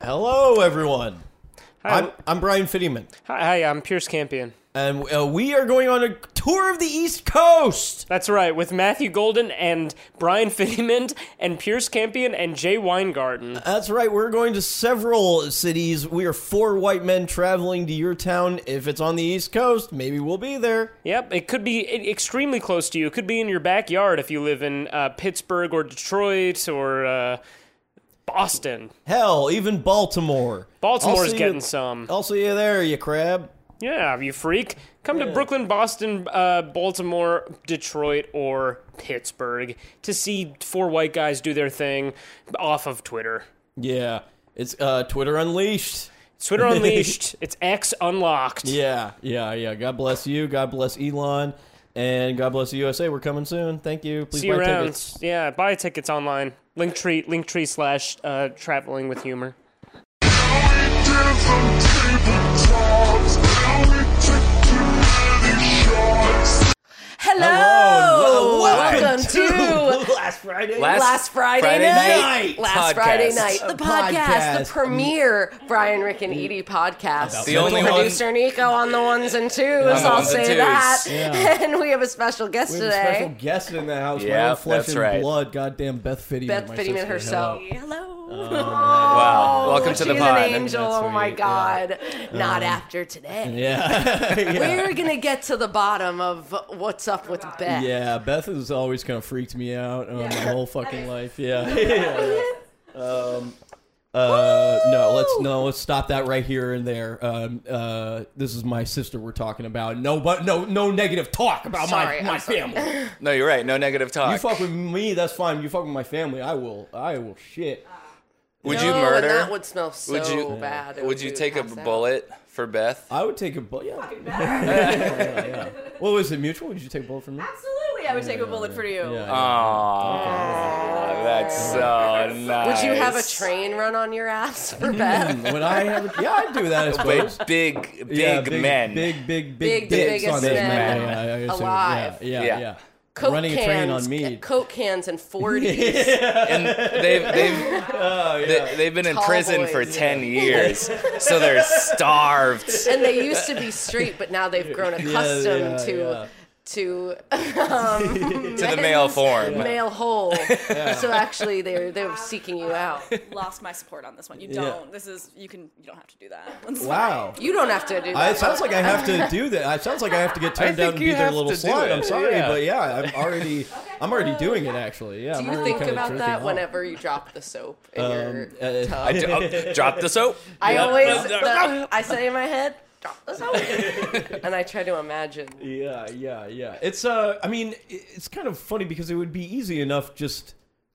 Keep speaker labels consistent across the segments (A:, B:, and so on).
A: Hello, everyone.
B: Hi,
A: I'm, I'm Brian Fittiman,
B: hi, hi, I'm Pierce Campion.
A: and uh, we are going on a tour of the East Coast.
B: That's right, with Matthew Golden and Brian Fittiman and Pierce Campion and Jay Weingarten.
A: That's right, we're going to several cities. We are four white men traveling to your town. If it's on the East Coast, maybe we'll be there.
B: Yep, it could be e- extremely close to you. It could be in your backyard if you live in uh, Pittsburgh or Detroit or uh, Boston.
A: Hell, even Baltimore. I'll
B: Baltimore's
A: see
B: getting
A: you,
B: some.
A: I'll see you there, you crab.
B: Yeah, you freak. Come to Brooklyn, Boston, uh, Baltimore, Detroit, or Pittsburgh to see four white guys do their thing off of Twitter.
A: Yeah, it's uh, Twitter Unleashed.
B: Twitter Unleashed. It's X Unlocked.
A: Yeah, yeah, yeah. God bless you. God bless Elon. And God bless the USA. We're coming soon. Thank you. Please
B: See
A: buy
B: you around.
A: tickets.
B: Yeah, buy tickets online. Linktree, Linktree slash uh, traveling with humor.
C: Hello, Oh,
A: Hello, and
C: welcome to
A: Oh, Last Friday.
C: Last Friday,
D: Friday
C: night,
A: Night
C: Last
D: podcast.
C: Friday night,
A: A
C: the podcast,
A: podcast.
C: the premiere Brian, Rick, and Edie podcast.
D: The only one-
C: producer Nico on the ones and twos.
D: the
C: I'll
D: ones
C: say
D: and twos.
C: that.
A: Yeah.
C: And we have a special guest
A: we have a special
C: today,
A: guest in the house. my
D: Yeah,
A: own flesh
D: that's
A: and
D: right.
A: blood. Goddamn, Beth Fittiman.
C: Beth
A: my
C: Fittiman
A: sister.
C: herself. Hello.
D: Wow. Welcome to the
C: She's
D: pod.
C: an angel.
A: That's
C: Oh my
A: sweet.
C: God. Not after today.
A: Yeah. yeah.
C: We're gonna get to the bottom of what's up with Beth.
A: Yeah, Beth has always kind of freaked me out uh, my whole fucking life. Yeah. yeah. Um, uh, no, let's no, let's stop that right here and there. Um, uh, this is my sister we're talking about. No, but no, no negative talk about
C: Sorry,
A: my my
C: I'm sorry.
A: family.
D: No, you're right. No negative talk.
A: You fuck with me, that's fine. You fuck with my family, I will, I will shit.
D: would
C: No,
D: you
C: And
D: murder?
C: that would smell so
D: Would you-
C: bad. It
D: Would you
C: be
D: take a
C: passed out.
D: bullet for Beth?
A: I would take a bullet. Yeah. yeah, yeah. What was it? Mutual? Would you take a bullet from me?
C: Absolutely, I would take a bullet for you.
A: Yeah, yeah.
D: Uh, Aww, that's so nice.
C: Would you have a train run on your ass for Beth?
A: Would Um, I have? A, yeah, I'd do that. I suppose.
D: But big, big
A: yeah,
D: men.
A: Big, big,
C: Big,
A: big,
C: the
A: dicks on
C: biggest
A: this
D: men
A: man. Yeah, yeah, yeah, so,
C: alive.
A: Yeah, yeah.
D: Yeah.
A: yeah.
C: Coke
A: Running a
C: cans, uh,
A: train on me.
C: Coke cans and 40.
D: and they've they've
A: Oh, yeah.
D: they, they've been in
C: Tall
D: prison
C: boys.
D: for ten years, so they're starved.
C: and they used to be straight, but now they've grown accustomed
A: yeah,
C: to
A: yeah.
C: to
D: To the male form.
C: male hole. So actually, they're they're seeking you out.
E: lost my support on this one. You
A: Yeah.
E: don't. This is you can you don't have to do that. It's
A: wow.
C: You don't have to do
A: I,
C: that.
A: it sounds like I have to do that. It sounds like I have to get turned down
D: think
A: and be
D: you
A: their
D: have
A: little
D: to do
A: slide.
D: it,
A: I'm sorry,
D: yeah.
A: but yeah, I'm already, I'm already doing it actually. Yeah.
C: do
A: I'm
C: you
A: already
C: think
A: kinda
C: about
A: jerking
C: that
A: off.
C: whenever you drop the soap in your
A: uh,
C: tub?
D: I d- oh, drop the soap.
C: I
D: Yep.
C: always,
D: Drop-
C: the- I say in my head, drop this out. and I try to imagine.
A: Yeah, yeah, yeah. It's uh, I mean, i- it's kind of funny because it would be easy enough just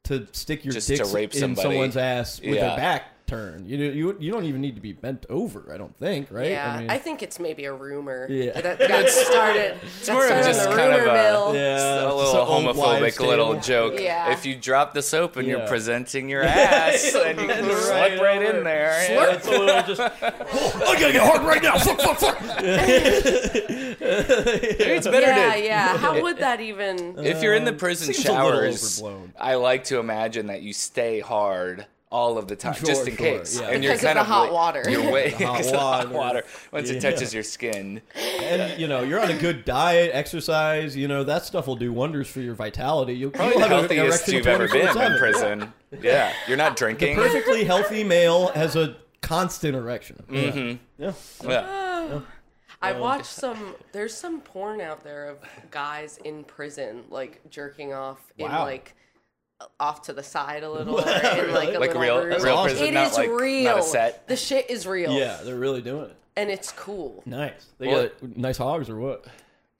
A: to stick your
D: Just
A: dicks
D: to rape
A: in
D: somebody.
A: someone's ass with
D: Yeah.
A: a back turn. You know, you you don't even need to be bent over. I don't think, right?
C: Yeah, I,
A: mean,
C: think it's maybe a rumor
A: Yeah.
C: that got started. It's
D: more of just
C: the
D: kind of
C: rumor
D: a-
C: mill.
A: yeah,
D: a
A: it's just
D: little
A: an Uh, old wives'
D: homophobic
A: tale.
D: little joke.
C: Yeah.
D: If you drop the soap and
A: Yeah.
D: you're presenting your ass, and you can slip right in there.
A: Yeah, it's a little just. Oh, I gotta get hard right now. Fuck, fuck, fuck.
D: Maybe it's better
C: yeah,
D: to.
C: yeah. How would that even?
D: If you're in the prison
A: Um, seems a little
D: showers,
A: overblown.
D: I like to imagine that you stay hard all of the time,
A: Sure,
D: just in
A: sure,
D: case.
A: yeah.
D: And
C: Because of the hot
D: wa-
C: water.
D: You're waiting
A: The hot
D: because of the hot
A: water.
D: water. Once
A: Yeah.
D: it touches your skin,
A: And you know, you're on a good diet, exercise. You know, that stuff will do wonders for your vitality. You'll you'll
D: probably the
A: have an
D: healthiest
A: erection
D: you've ever been in
A: 24/7.
D: prison. Yeah, you're not
A: The
D: drinking.
A: perfectly healthy male has a constant erection. Mm-hmm. Yeah.
D: Yeah.
C: I
A: Oh,
C: watched some. There's some porn out there of guys in prison, like jerking off in
A: Wow.
C: like off to the side a little, or in like a
D: Like
C: little
D: real,
C: room.
D: real
A: awesome.
D: prison,
C: It
D: not
C: is
D: like
C: real.
D: not a set.
C: The shit is real.
A: Yeah, they're really doing it.
C: and it's cool.
A: Nice. They
D: Well-
A: got nice hogs or what?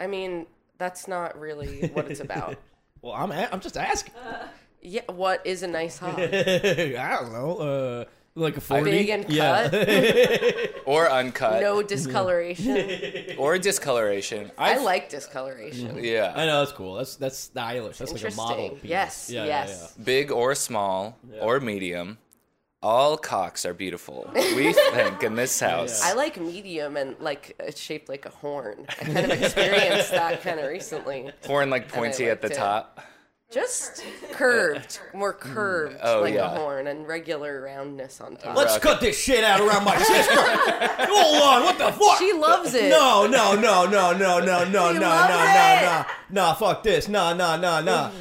C: I mean, that's not really what it's about.
A: Well, I'm a- I'm just asking.
C: yeah, what is a nice hog?
A: I don't know. Uh, like a forty.
C: Big and
A: yeah.
C: cut,
D: or uncut
C: no discoloration.
D: or discoloration.
C: I
D: I've-
C: like discoloration.
D: yeah,
A: I know that's cool. That's that's stylish. That's like a model.
C: Interesting.
A: penis.
C: Yes,
A: Yeah, yeah,
C: yes.
D: big or small or medium. All cocks are beautiful. We think in this house.
C: I like medium and like it's shaped like a horn. I kind of experienced that kind of recently.
D: Horn like pointy at the
C: liked it.
D: top.
C: Just curved, more
A: Mm.
C: curved
D: Oh,
C: like
D: yeah.
C: a horn, and regular roundness on top.
A: Let's
D: Rocket.
A: cut this shit out around my sister. Hold on, what the fuck?
C: she loves it.
A: No, no, no, no, no, no, no, no, no, no,
C: loves it.
A: no. Nah, fuck this. Nah, nah, nah, nah.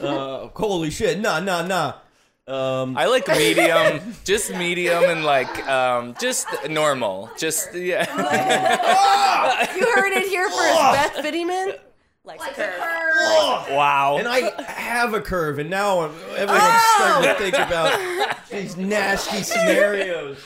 A: Uh, holy shit. Nah, nah, nah. Um,
D: I like medium, just medium and like um, just normal. Just yeah.
C: You heard it here first, Beth Bittyman.
E: Likes a curve.
D: wow.
A: and I have a curve, and now I'm, everyone's
C: Oh!
A: starting to think about these nasty scenarios.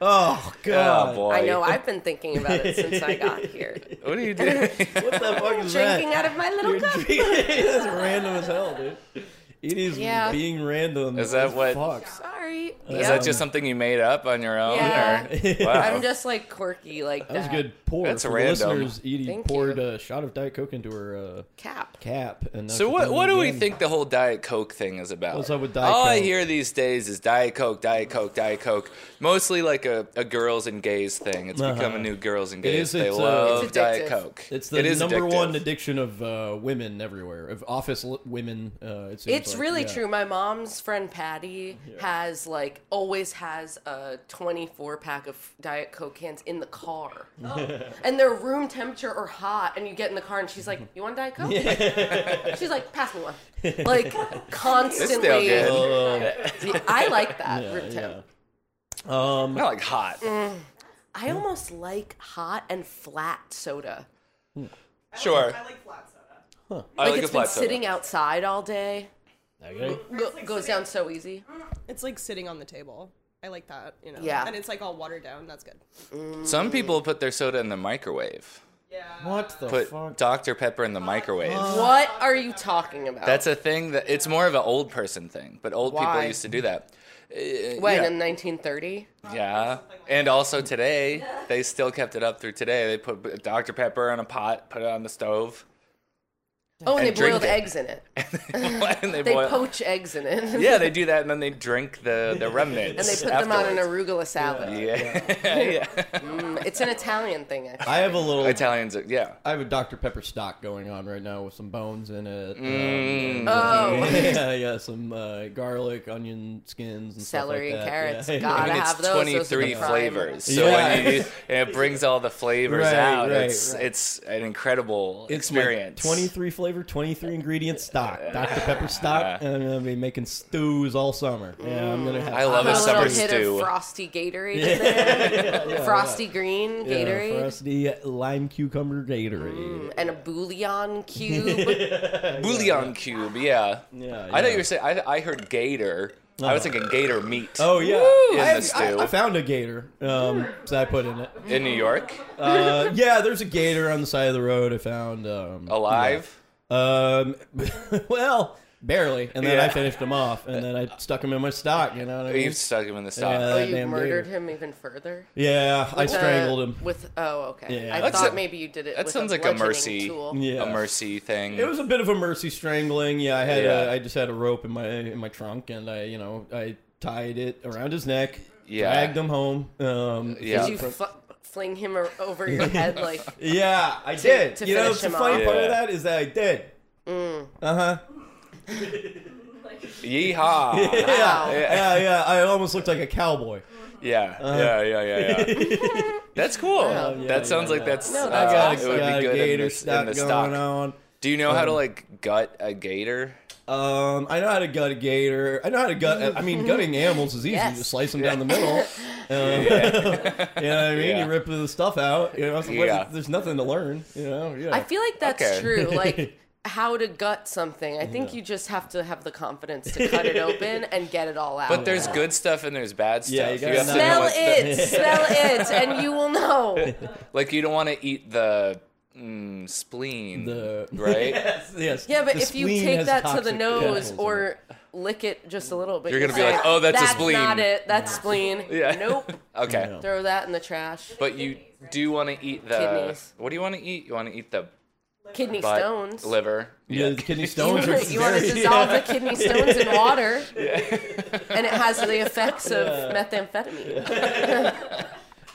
A: Oh, God.
D: oh boy.
C: I know. I've been thinking about it since I got here.
D: What are you doing?
A: What the fuck is
C: Drinking
A: that?
C: out of my little
A: You're
C: cup.
A: drinking- That's random as hell, dude. It is
C: Yeah.
A: being random.
D: Is that
A: as
D: what-
A: fuck.
C: Sorry.
D: Is
C: Yep.
D: that just something you made up on your own?
C: Yeah.
D: Or, wow.
C: I'm just like quirky like that.
A: That was a good pour.
D: That's
A: for
D: random.
A: The listeners, Edie
C: Thank
A: poured
C: you.
A: a shot of Diet Coke into her uh,
C: Cap.
A: cap. And that's
D: so what? What do we
A: again.
D: think the whole Diet Coke thing is about?
A: What's up with Diet
D: All I
A: Coke?
D: hear these days is Diet Coke, Diet Coke, Diet Coke. Mostly like a, a girls and gays thing. It's become a new girls and
A: Uh-huh. It
D: gays.
A: is-
D: they
A: it's, uh,
D: love
C: It's
D: Diet
C: addictive.
D: Coke.
A: It's the
D: It is
A: number
D: addictive.
A: one addiction of uh, women everywhere, of office l- women. Uh, it seems
C: It's
A: like.
C: really
A: Yeah.
C: true. My mom's friend Patty has like always has a 24 pack of Diet Coke cans in the car, and they're room temperature or hot. And you get in the car, and she's like, "You want Diet Coke?" she's like, "Pass me one." Like
D: It's
C: constantly.
D: still good.
C: I like that room temp.
A: Yeah, yeah. Um,
D: Not like hot.
C: I almost like hot and flat soda.
D: Sure.
F: I like flat soda.
D: I
C: like
D: like
C: it's
D: a
C: been
D: flat soda.
C: sitting outside all day.
A: okay.
C: Go- goes down so easy.
F: It's like sitting on the table. I like that, you know.
C: Yeah.
F: And it's like all watered down. That's good.
D: Some people put their soda in the microwave.
F: Yeah.
A: What the
D: Put
A: fuck?
D: Dr. Pepper in the microwave.
C: What are you talking about?
D: That's a thing that it's more of an old person thing, but old
C: Why?
D: people used to do that. Uh,
C: when
D: yeah.
C: in 1930.
D: Yeah, and also today they still kept it up through today. They put b- Dr Pepper in a pot, put it on the stove,
C: Oh, and,
D: And
C: they
D: drink
C: boiled
D: it.
C: eggs in it.
D: and they,
C: They
D: boil.
C: poach eggs in it.
D: yeah, they do that, and then they drink the the
C: and
D: remnants.
C: they put them on an
D: afterwards.
C: arugula salad. Um,
D: Yeah,
C: It's an Italian thing, I think.
A: I have a little.
D: Italians. are- Yeah,
A: I have a Dr Pepper stock going on right now with some bones in it. um,
D: Mm.
A: uh,
C: Oh,
A: yeah, yeah, some uh, garlic, onion skins, and stuff
C: celery
A: like
C: and
A: that.
C: carrots.
A: Yeah.
C: Gotta
D: I mean
C: have
D: it's
C: those.
D: twenty
C: Those are the
D: three
C: prime.
D: flavors. So
A: Yeah.
D: when you do, and it brings all the flavors
A: Right,
D: out.
A: right,
D: it's
A: right.
D: it's an incredible
A: It's my
D: experience.
A: 23 flavor, 23 ingredient stock. Dr. Pepper stock. And I'm going to be making stews all summer. Yeah, I'm going to have
D: Mm. I love
C: Put a
D: a
C: little
D: summer
C: hit
D: stew.
C: of frosty Gatorade in there. frosty green
A: yeah,
C: Gatorade.
A: frosty lime cucumber
D: Mm.
A: Gatorade.
C: And a bouillon cube.
D: Bouillon cube, yeah.
A: Yeah,
D: I
A: yeah. Uh-huh.
D: thought you were saying. I, I heard gator. I was thinking gator meat.
A: Oh, yeah.
D: In
A: I,
D: the stew.
A: I, I found a gator um, that I put in it.
D: in New York,
A: Uh, yeah, there's a gator on the side of the road I found. Um,
D: alive.
A: Um, well, barely. And then I
D: Yeah.
A: finished him off. And then I stuck him in my stock. You know what I mean?
D: You've stuck him in the stock.
A: Yeah,
C: oh,
A: that
C: you
A: damn
C: murdered
A: gator.
C: him even further?
A: Yeah, I
C: With a-
A: strangled him.
C: With oh okay,
A: Yeah.
C: I
A: That's
C: thought
D: a-
C: maybe you did it.
D: that
C: with
D: sounds
C: a
D: like a
C: bludgeoning
D: mercy.
C: Tool.
A: Yeah.
D: A mercy thing.
A: It was a bit of a mercy strangling. Yeah, I had
D: Yeah.
A: A, I just had a rope in my in my trunk, and I you know I tied it around his neck.
D: Yeah.
A: dragged him home. Um,
D: yeah.
C: Did you fl- fling him o- over your head like?
A: yeah, I did.
C: to
A: you know,
C: finish
A: the
C: him
A: funny
D: off.
A: part of
D: Yeah. Mm.
A: that is that I did. Uh huh.
D: Yeehaw.
A: Yeah,
C: Wow.
A: yeah, yeah. I almost looked like a cowboy.
D: yeah. yeah. Yeah. Yeah. Yeah. That's cool.
A: Uh-huh. yeah,
D: that sounds
A: yeah,
D: like
A: yeah.
D: that's.
C: No,
D: uh,
C: that's
A: Got
D: It
A: a,
D: would
A: got a
D: be good in
A: gator
D: the,
A: stock
D: in the
A: going
D: stock.
A: on.
D: Do you know how to like gut a gator?
A: Um, I know how to gut a gator. I know how to gut. I mean, gutting animals is easy.
C: Yes.
A: You just slice them down the middle. Um, you know what I mean?
D: Yeah.
A: You rip the stuff out. You know, it's-
D: Yeah.
A: there's nothing to learn. You know, yeah.
C: I feel like that's
D: Okay.
C: true. Like how to gut something. I think you just have to have the confidence to cut it open and get it all out.
D: But there's good stuff and there's bad stuff.
A: Yeah, you gotta
D: have to
A: know
D: know
C: smell
D: what's the-
C: it, smell it, and you will know.
D: Like you don't want to eat the mm, spleen,
A: The-
D: right?
A: yes, yes.
C: Yeah, but
A: The
C: if you
A: spleen
C: take
A: has
C: that to the
A: toxic
C: nose
A: chemicals in it.
C: or lick it just a little bit,
D: You're gonna
C: you
D: be
C: say,
D: like, "Oh, that's a spleen."
C: not it. That's spleen.
D: Yeah.
C: Nope.
D: Okay,
A: No.
C: Throw that in the trash.
D: but you do want to eat the.
C: Kidneys.
D: What do you want to eat? You want to eat the
C: Kidney
D: butt,
C: stones.
D: liver.
A: yeah, the kidney
C: You
A: stones are
C: wanna- you want to
A: very-
C: dissolve the kidney stones in water, and it has the effects of methamphetamine.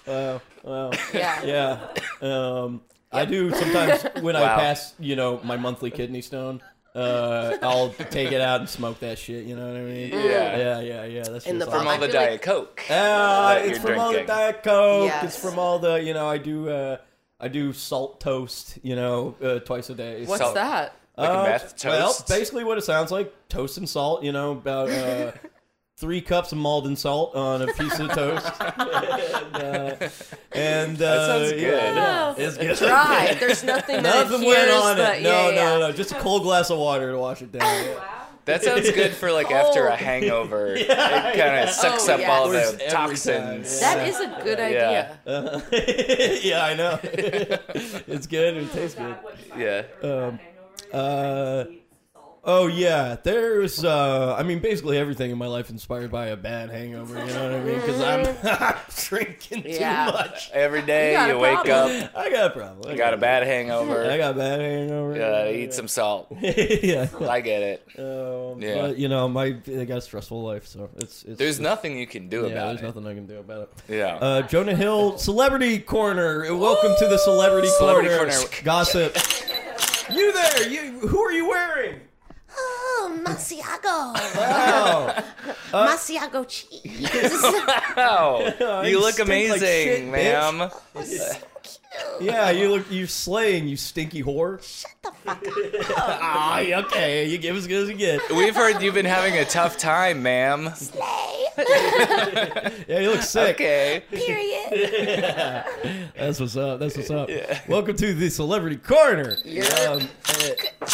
A: Wow.
C: Yeah.
A: yeah. Um, I do sometimes when I
D: Wow.
A: pass, you know, my monthly kidney stone. uh, I'll take it out and smoke that shit. You know what I mean?
D: Yeah.
A: yeah, yeah, yeah. That's
C: In
A: just
C: the
A: awesome.
D: From all
C: I
D: the
C: feel like-
D: Diet Coke.
A: Yeah,
D: that
A: Uh, it's
D: you're
A: from all the
D: drinking.
A: Diet Coke. It's
C: Yes.
A: from all the you know I do uh, I do salt toast. You know, uh, twice a day. Uh,
C: What's
D: Salt.
C: that?
D: Like a meth toast.
A: Oh, Well, basically what it sounds like: toast and salt. You know, about uh, three cups of Malden salt on a piece of toast. and uh, and, uh,
D: sounds
A: yeah,
D: good.
A: yeah, it's good.
C: Dry. Oh, There's nothing that
A: Nothing went
C: adheres
A: on
C: the-
A: it.
C: yeah,
A: No,
C: yeah.
A: no, no. Just a cold glass of water to wash it down.
D: That sounds good for like after a
C: Cold.
D: hangover. It kind of sucks
C: Oh,
D: up all
A: yes.
D: the
A: Every time,
D: toxins.
A: yeah.
C: That is a good idea.
A: Uh, yeah, I know. it's good. It tastes good.
D: Yeah.
A: Um, Uh, oh yeah, there's. Uh, I mean, basically everything in my life inspired by a bad hangover. You know what I mean? Because I'm drinking too
C: Yeah.
A: much.
D: Every day
C: You got
D: you,
C: a
D: wake
C: problem.
D: up,
A: I got a problem. I
D: you got a bad
A: I
D: hangover.
A: got a bad hangover.
D: Uh, eat some salt.
A: yeah.
D: I get it.
A: Um,
D: Yeah.
A: But you know, my I got a stressful life, so it's it's.
D: There's nothing you can do
A: Yeah,
D: about
A: there's
D: it.
A: nothing I can do about it.
D: Yeah.
A: Uh, Jonah Hill, Celebrity Corner. Welcome to the Celebrity,
D: Celebrity
A: corner.
D: Corner.
A: Gossip. you there? You? Who are you wearing?
G: Oh, Masiago.
A: Wow.
G: Masiago cheese.
D: wow.
A: you
D: You look
A: stink like
D: amazing,
A: shit, bitch.
D: ma'am.
A: yeah, you look. You slaying. You stinky whore.
G: Shut the fuck up.
A: Ah, okay. You give as good as you get.
D: We've heard you've been having a tough time, ma'am.
A: Yeah, you look sick.
D: Okay.
G: Period.
A: That's what's up. That's what's up. Welcome to the Celebrity Corner. Um, uh,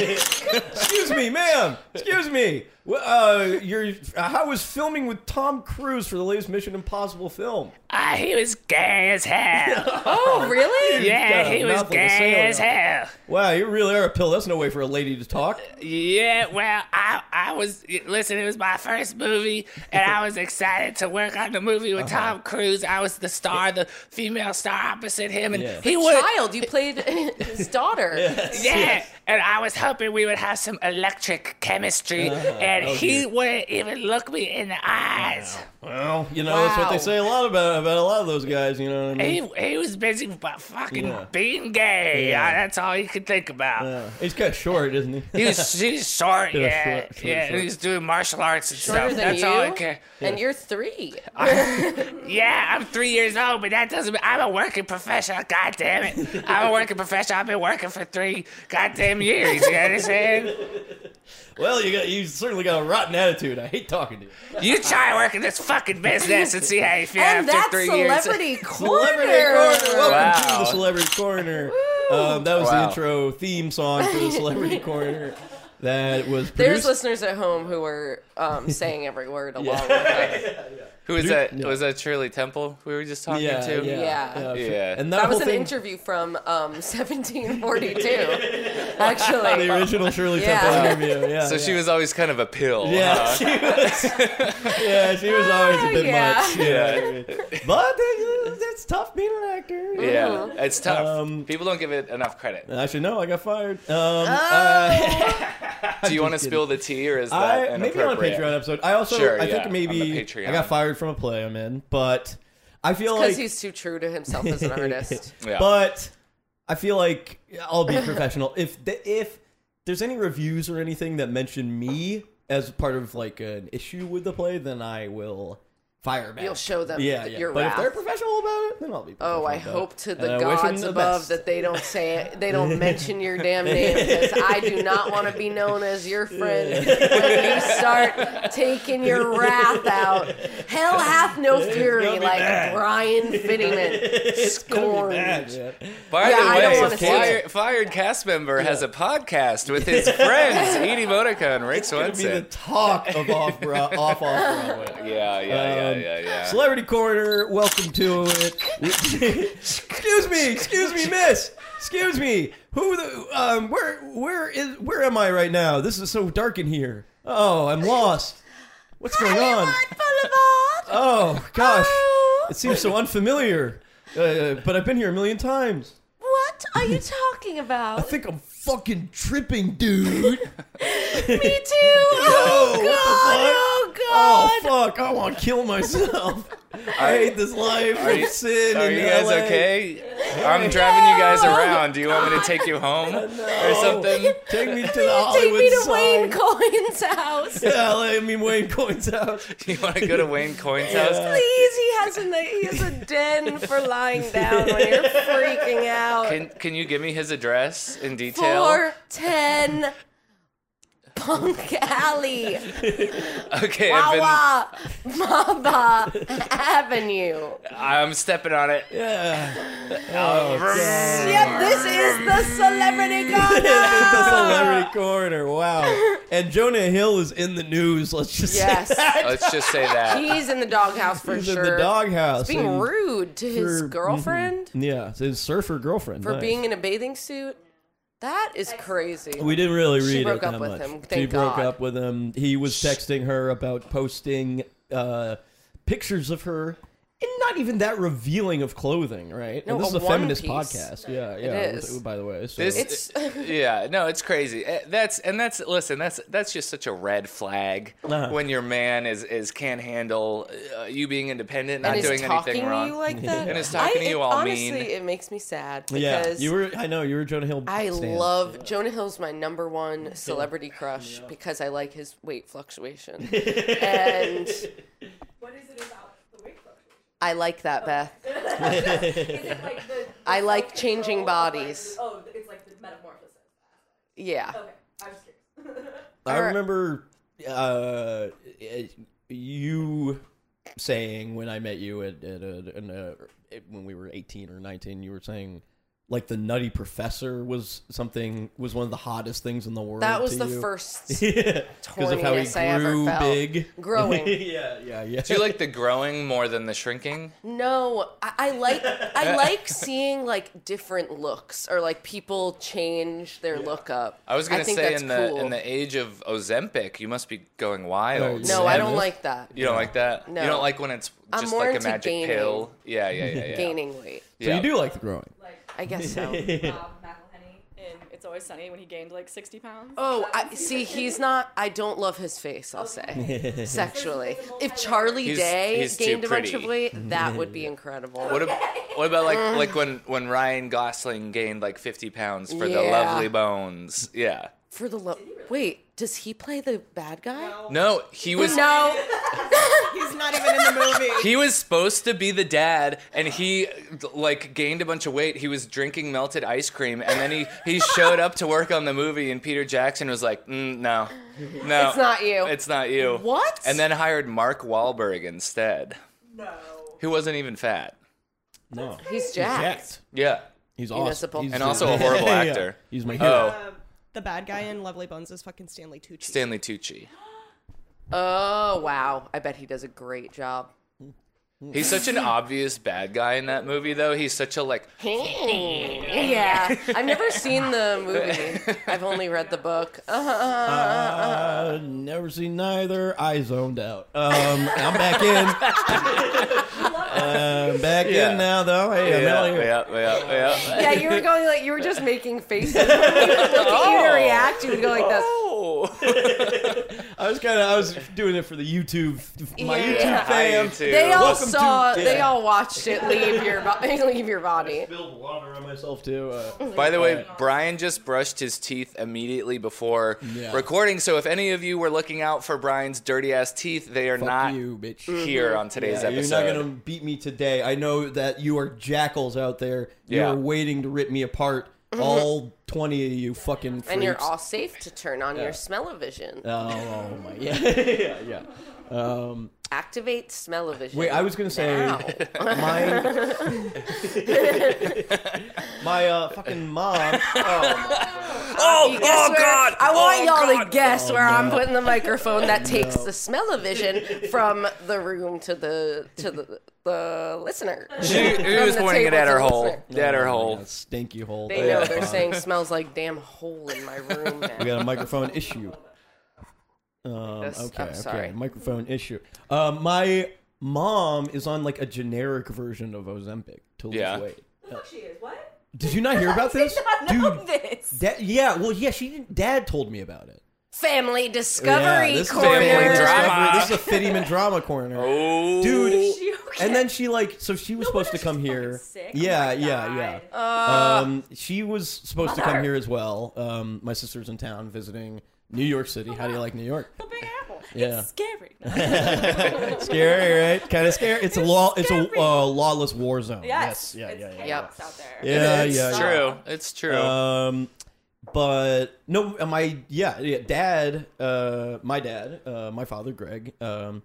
A: excuse me, ma'am. Excuse me. Wh- Uh, you're, how was filming with Tom Cruise for the latest Mission Impossible film?
H: Ah, he was gay as hell.
C: Oh, really?
H: Yeah,
A: got a
H: he was
A: mouth like a
H: gay
A: sailor.
H: as hell.
A: Wow, you really are a pill. That's no way for a lady to talk.
H: Yeah, well, I, I was, listen, it was my first movie, and I was excited to work on the movie with Tom Cruise. I was the star, the female star opposite him, and
A: Yeah.
H: he would.
C: Child, you played his daughter.
H: Yeah, and I was hoping we would have some electric chemistry, and
A: oh,
H: he
A: dear.
H: wouldn't even look me in the eyes.
A: Well, you know that's what they
C: Wow.
A: say a lot about about a lot of those guys. You know what I mean?
H: He, he was busy about fucking
A: Yeah.
H: being gay.
A: Yeah.
H: Uh, that's all he could think about.
A: Yeah. Uh, he's kind of short, isn't he?
H: He was, he was short, yeah,
A: Yeah,
H: yeah.
A: short, short, short.
H: and he was doing martial arts and
C: Shorter
H: stuff.
C: than
H: That's all I
C: you?
H: care.
C: And you're three.
H: Yeah, I'm three years old, but that doesn't. mean I'm a working professional. God damn it, I'm a working professional. I've been working for three goddamn years. You understand?
A: well, you got you certainly got a rotten attitude. I hate talking to you.
H: You try working this fucking business and see how you feel
C: and
H: after
C: that's
H: three years.
C: celebrity corner.
A: Celebrity Corner. Welcome to
D: Wow.
A: the Celebrity Corner. Um, that was the
D: Wow.
A: intro theme song for the Celebrity Corner. That was
C: There's
A: produced.
C: listeners at home who are um, saying every word along with us.
D: Who was
A: Dude,
D: that?
A: yeah.
D: Was that Shirley Temple we were just talking
A: yeah, yeah,
D: to?
A: yeah,
D: Yeah.
A: And that,
C: That
A: whole
C: was an
A: thing,
C: interview from um, 1742,
A: the
C: actually.
A: original Shirley
C: Yeah.
A: Temple interview. Yeah,
D: So
A: Oh, yeah.
D: she was always kind of a pill.
A: Yeah,
D: huh?
A: she was. Yeah, she was always a bit
C: Yeah.
A: much. Yeah, but that's, that's tough being an actor.
D: Yeah,
C: Uh-huh.
D: it's tough.
A: Um,
D: People don't give it enough credit.
A: I should know. I got fired. Um,
C: Oh,
A: uh,
D: Do you want to spill the tea, or is that
A: I maybe on a
D: inappropriate?
A: Patreon episode. I also
D: Sure,
A: I
D: yeah,
A: think
D: on
A: maybe
D: the Patreon.
A: I got fired from a play I'm in, but I feel
C: Because
A: like
C: he's too true to himself as an artist.
D: Yeah.
A: But I feel like I'll be professional. if the, if there's any reviews or anything that mention me as part of like an issue with the play, then I will fire back.
C: You'll show them
A: yeah,
C: th-
A: yeah.
C: your
A: but if
C: wrath.
A: they're professional about it, then I'll be. Professional
C: Oh, I
A: about
C: hope
A: it.
C: to
A: And
C: the
A: I wish them
C: gods
A: the
C: above
A: best.
C: that they don't say it, they don't mention your damn name because I do not want to be known as your friend when you start taking your wrath out. Hell hath no fury
A: gonna be
C: like
A: bad.
C: Brian Fittingman.
A: Gonna be
C: Scorn.
A: bad, yeah.
D: By
C: Yeah, I
D: the
C: don't
D: way,
C: wanna see
D: fired, fired cast member has a podcast with his friends, Edie Modica and Rick
A: Gonna be the
D: Swenson.
A: talk of off Bro- off off Broadway.
D: yeah, yeah,
A: Um,
D: yeah, yeah, yeah.
A: Celebrity Corner, welcome to it. excuse me, excuse me, miss. Excuse me. Who the um where where is where am I right now? This is so dark in here. Oh, I'm lost. What's going on?
G: Boulevard.
A: Oh gosh. uh, It seems so unfamiliar. Uh, but I've been here a million times.
G: What are you talking
C: talking
A: I
C: about?
A: think I'm fucking tripping, dude.
C: Me too. Oh,
A: what the
C: God.
A: oh
C: Oh, God.
A: fuck! I want to kill myself. I hate this life.
D: Are you,
A: of sin
D: are
A: in
D: you guys
A: LA.
D: okay? I'm driving you guys around. Do you want me to take you home or something?
A: Take me to the Hollywood
C: Take me to
A: sign.
C: Wayne Coyne's house.
A: Yeah, let me Wayne coins out.
D: Do you want to go to Wayne Coyne's house?
C: Please, he has a he has a den for lying down when you're freaking out.
D: Can Can you give me his address in detail?
C: Four ten Punk Alley,
D: Okay, I've
C: Wawa, Mama Avenue.
D: been. I'm stepping on it.
A: Yeah.
C: Yep, this is the celebrity corner.
A: It's the celebrity corner. Wow. And Jonah Hill is in the news. Let's just say
C: Yes,
A: that.
D: Let's just say that.
C: he's in the doghouse for
A: He's
C: sure.
A: in the doghouse.
C: Being
A: and-
C: rude to his
A: For- mm-hmm.
C: girlfriend
A: Yeah, it's his surfer girlfriend.
C: for
A: nice.
C: being in a bathing suit. That is crazy.
A: We didn't really read
C: She broke
A: it that
C: up with
A: much.
C: him,
A: she
C: thank
A: broke
C: God.
A: up with him. He was texting her about posting uh, pictures of her, and not even that revealing of clothing, right?
C: No,
A: and this
C: a
A: is a feminist
C: one-piece.
A: podcast. Yeah, yeah.
C: is.
A: By the way, so.
D: This, uh,
C: It's-
D: yeah, no, it's crazy. Eh, That's and that's listen, that's that's just such a red flag
A: Uh-huh.
D: when your man is is can't handle uh, you being independent, not
C: and
D: doing
C: is talking to
D: anything wrong.
C: you like that.
D: And is talking to
C: I-
D: you
C: it-
D: all
C: honestly,
D: mean.
C: it makes me sad
A: yeah,
C: because
A: you were. I know you were Jonah Hill.
C: I
A: stan.
C: love Jonah Hill's my number one celebrity crush because I like his weight fluctuation. and what is it about the weight fluctuation? I like that, Beth. I like changing bodies.
I: Oh, it's like the metamorphosis.
C: Yeah.
I: I was curious.
A: I
C: Or-
A: remember uh, it- you saying when I met you at, at a, in a, it- when we were eighteen or nineteen, you were saying like the Nutty Professor was something was one of the hottest things in the world.
C: That was
A: to
C: the
A: you.
C: first
A: because of how he
C: horniness I ever
A: grew
C: felt.
A: big.
C: growing.
A: yeah, yeah, yeah.
D: Do you like the growing more than the shrinking?
C: No, I, I like I like seeing like different looks or like people change their look up.
D: I was gonna
C: think
D: say
C: that's
D: in the
C: cool.
D: in the age of Ozempic, you must be going wild.
A: No,
C: no, I
A: Yeah.
C: don't like that.
D: You don't like that.
C: No.
D: You don't like when it's
C: I'm
D: just
C: more
D: like a
C: into
D: magic
C: gaining.
D: pill. Yeah, yeah, yeah, yeah.
C: Gaining weight,
A: So
D: Yeah.
A: you do like the growing.
C: I guess so.
E: Bob McElhenney in It's Always Sunny when he gained like 60 pounds.
C: Oh, I see. He's not. I don't love his face. I'll say sexually. If Charlie
D: He's-
C: Day
D: he's too
C: gained a bunch of
D: pretty.
C: weight, that would be incredible.
D: What, ab- what about like
C: Uh.
D: like when when Ryan Gosling gained like 50 pounds for the
C: Yeah.
D: lovely bones? Yeah.
C: For the lo- wait, does he play the bad guy?
D: No, he was
C: No.
F: He's not even in the movie.
D: he was supposed to be the dad and he like gained a bunch of weight. He was drinking melted ice cream and then he he showed up to work on the movie and Peter Jackson was like, mm, "No. No.
C: It's not you.
D: It's not you."
C: What?
D: And then hired Mark Wahlberg instead,
I: No.
D: who wasn't even fat.
A: No,
C: he's jacked.
A: Jacked.
D: Yeah.
A: He's
C: Municipal.
A: awesome. He's
D: And
A: the-
D: also a horrible
A: Yeah.
D: actor.
A: He's my hero.
D: Oh,
F: The bad guy in Lovely Bones is fucking Stanley Tucci.
D: Stanley Tucci.
C: Oh wow! I bet he does a great job.
D: He's such an obvious bad guy in that movie, though. He's such a like.
C: yeah, I've never seen the movie. I've only read the book. Uh-huh.
A: Uh, never seen neither. I zoned out. Um, I'm back in. uh, back
D: Yeah.
A: in now, though. Hey, I'm out here.
D: yeah, yeah, yeah.
C: yeah, you were going like you were just making faces. When people would look at
D: Oh.
C: you to react, you would go like this.
A: I was kind of I was doing it for the YouTube, my
C: Yeah.
A: YouTube
C: Yeah.
A: fam.
D: YouTube.
C: They all
A: Welcome to-
C: saw. They
A: yeah.
C: all watched it. Leave your body. leave your body.
A: Spilled water on myself too. Uh,
D: By the way, Brian just brushed his teeth immediately before
A: Yeah.
D: recording. So if any of you were looking out for Brian's dirty ass teeth, they are
A: fuck
D: not
A: you, bitch.
D: here on today's
A: Yeah, you're
D: episode.
A: not gonna beat me today. I know that you are jackals out there.
D: Yeah.
A: You're waiting to rip me apart. All twenty of you fucking. Freaks.
C: And you're all safe to turn on your smell-o-vision.
A: Oh my! Yeah, yeah, yeah. Um,
C: Activate smell-o-vision.
A: Wait, I was gonna say
C: Now.
A: my my uh, fucking mom. Oh,
C: oh, God! I want y'all to guess where I'm
A: Oh, no.
C: putting the microphone that takes the smell-o-vision from the room to the to the, the listener.
D: She, he was
C: the
D: pointing it
C: table
D: at
C: to
D: her
C: the
D: hole.
C: listener.
D: At her
A: my
D: hole.
A: God, stinky hole.
C: They know they're saying smells like damn hole in my room. Now.
A: we got a microphone issue. Um,
C: This-
A: okay,
C: I'm sorry.
A: okay, microphone issue. Um, my mom is on like a generic version of Ozempic to lose
D: Yeah.
A: weight.
I: She is what?
A: Did you not hear about this?
E: I did not know this.
A: Da- yeah, well, yeah, she didn't. Dad told me about it.
C: Family Discovery
A: yeah, this is a
C: Corner.
A: family
D: drama.
A: This is a Fittyman drama corner.
D: Oh,
A: Dude,
E: She okay?
A: and then she like so she was supposed to come here.
E: sick. Oh
A: Yeah,
E: my
A: yeah, yeah.
E: God.
A: um, she was supposed to come here as well. Um, my sister's in town visiting New York City. How do you like New York?
E: the Big Apple.
A: Uh, Yeah.
E: It's scary.
A: scary, right? Kind of scary. It's a law. It's a
E: scary.
A: uh, lawless war zone.
E: yes.
A: Yeah.
E: it's
A: Yeah. Yeah.
E: chaos Out there.
A: Yeah.
D: it's
A: yeah, yeah.
D: true. It's true.
A: Um, but no, my yeah, yeah dad, uh, my dad, uh, my father, Greg, um,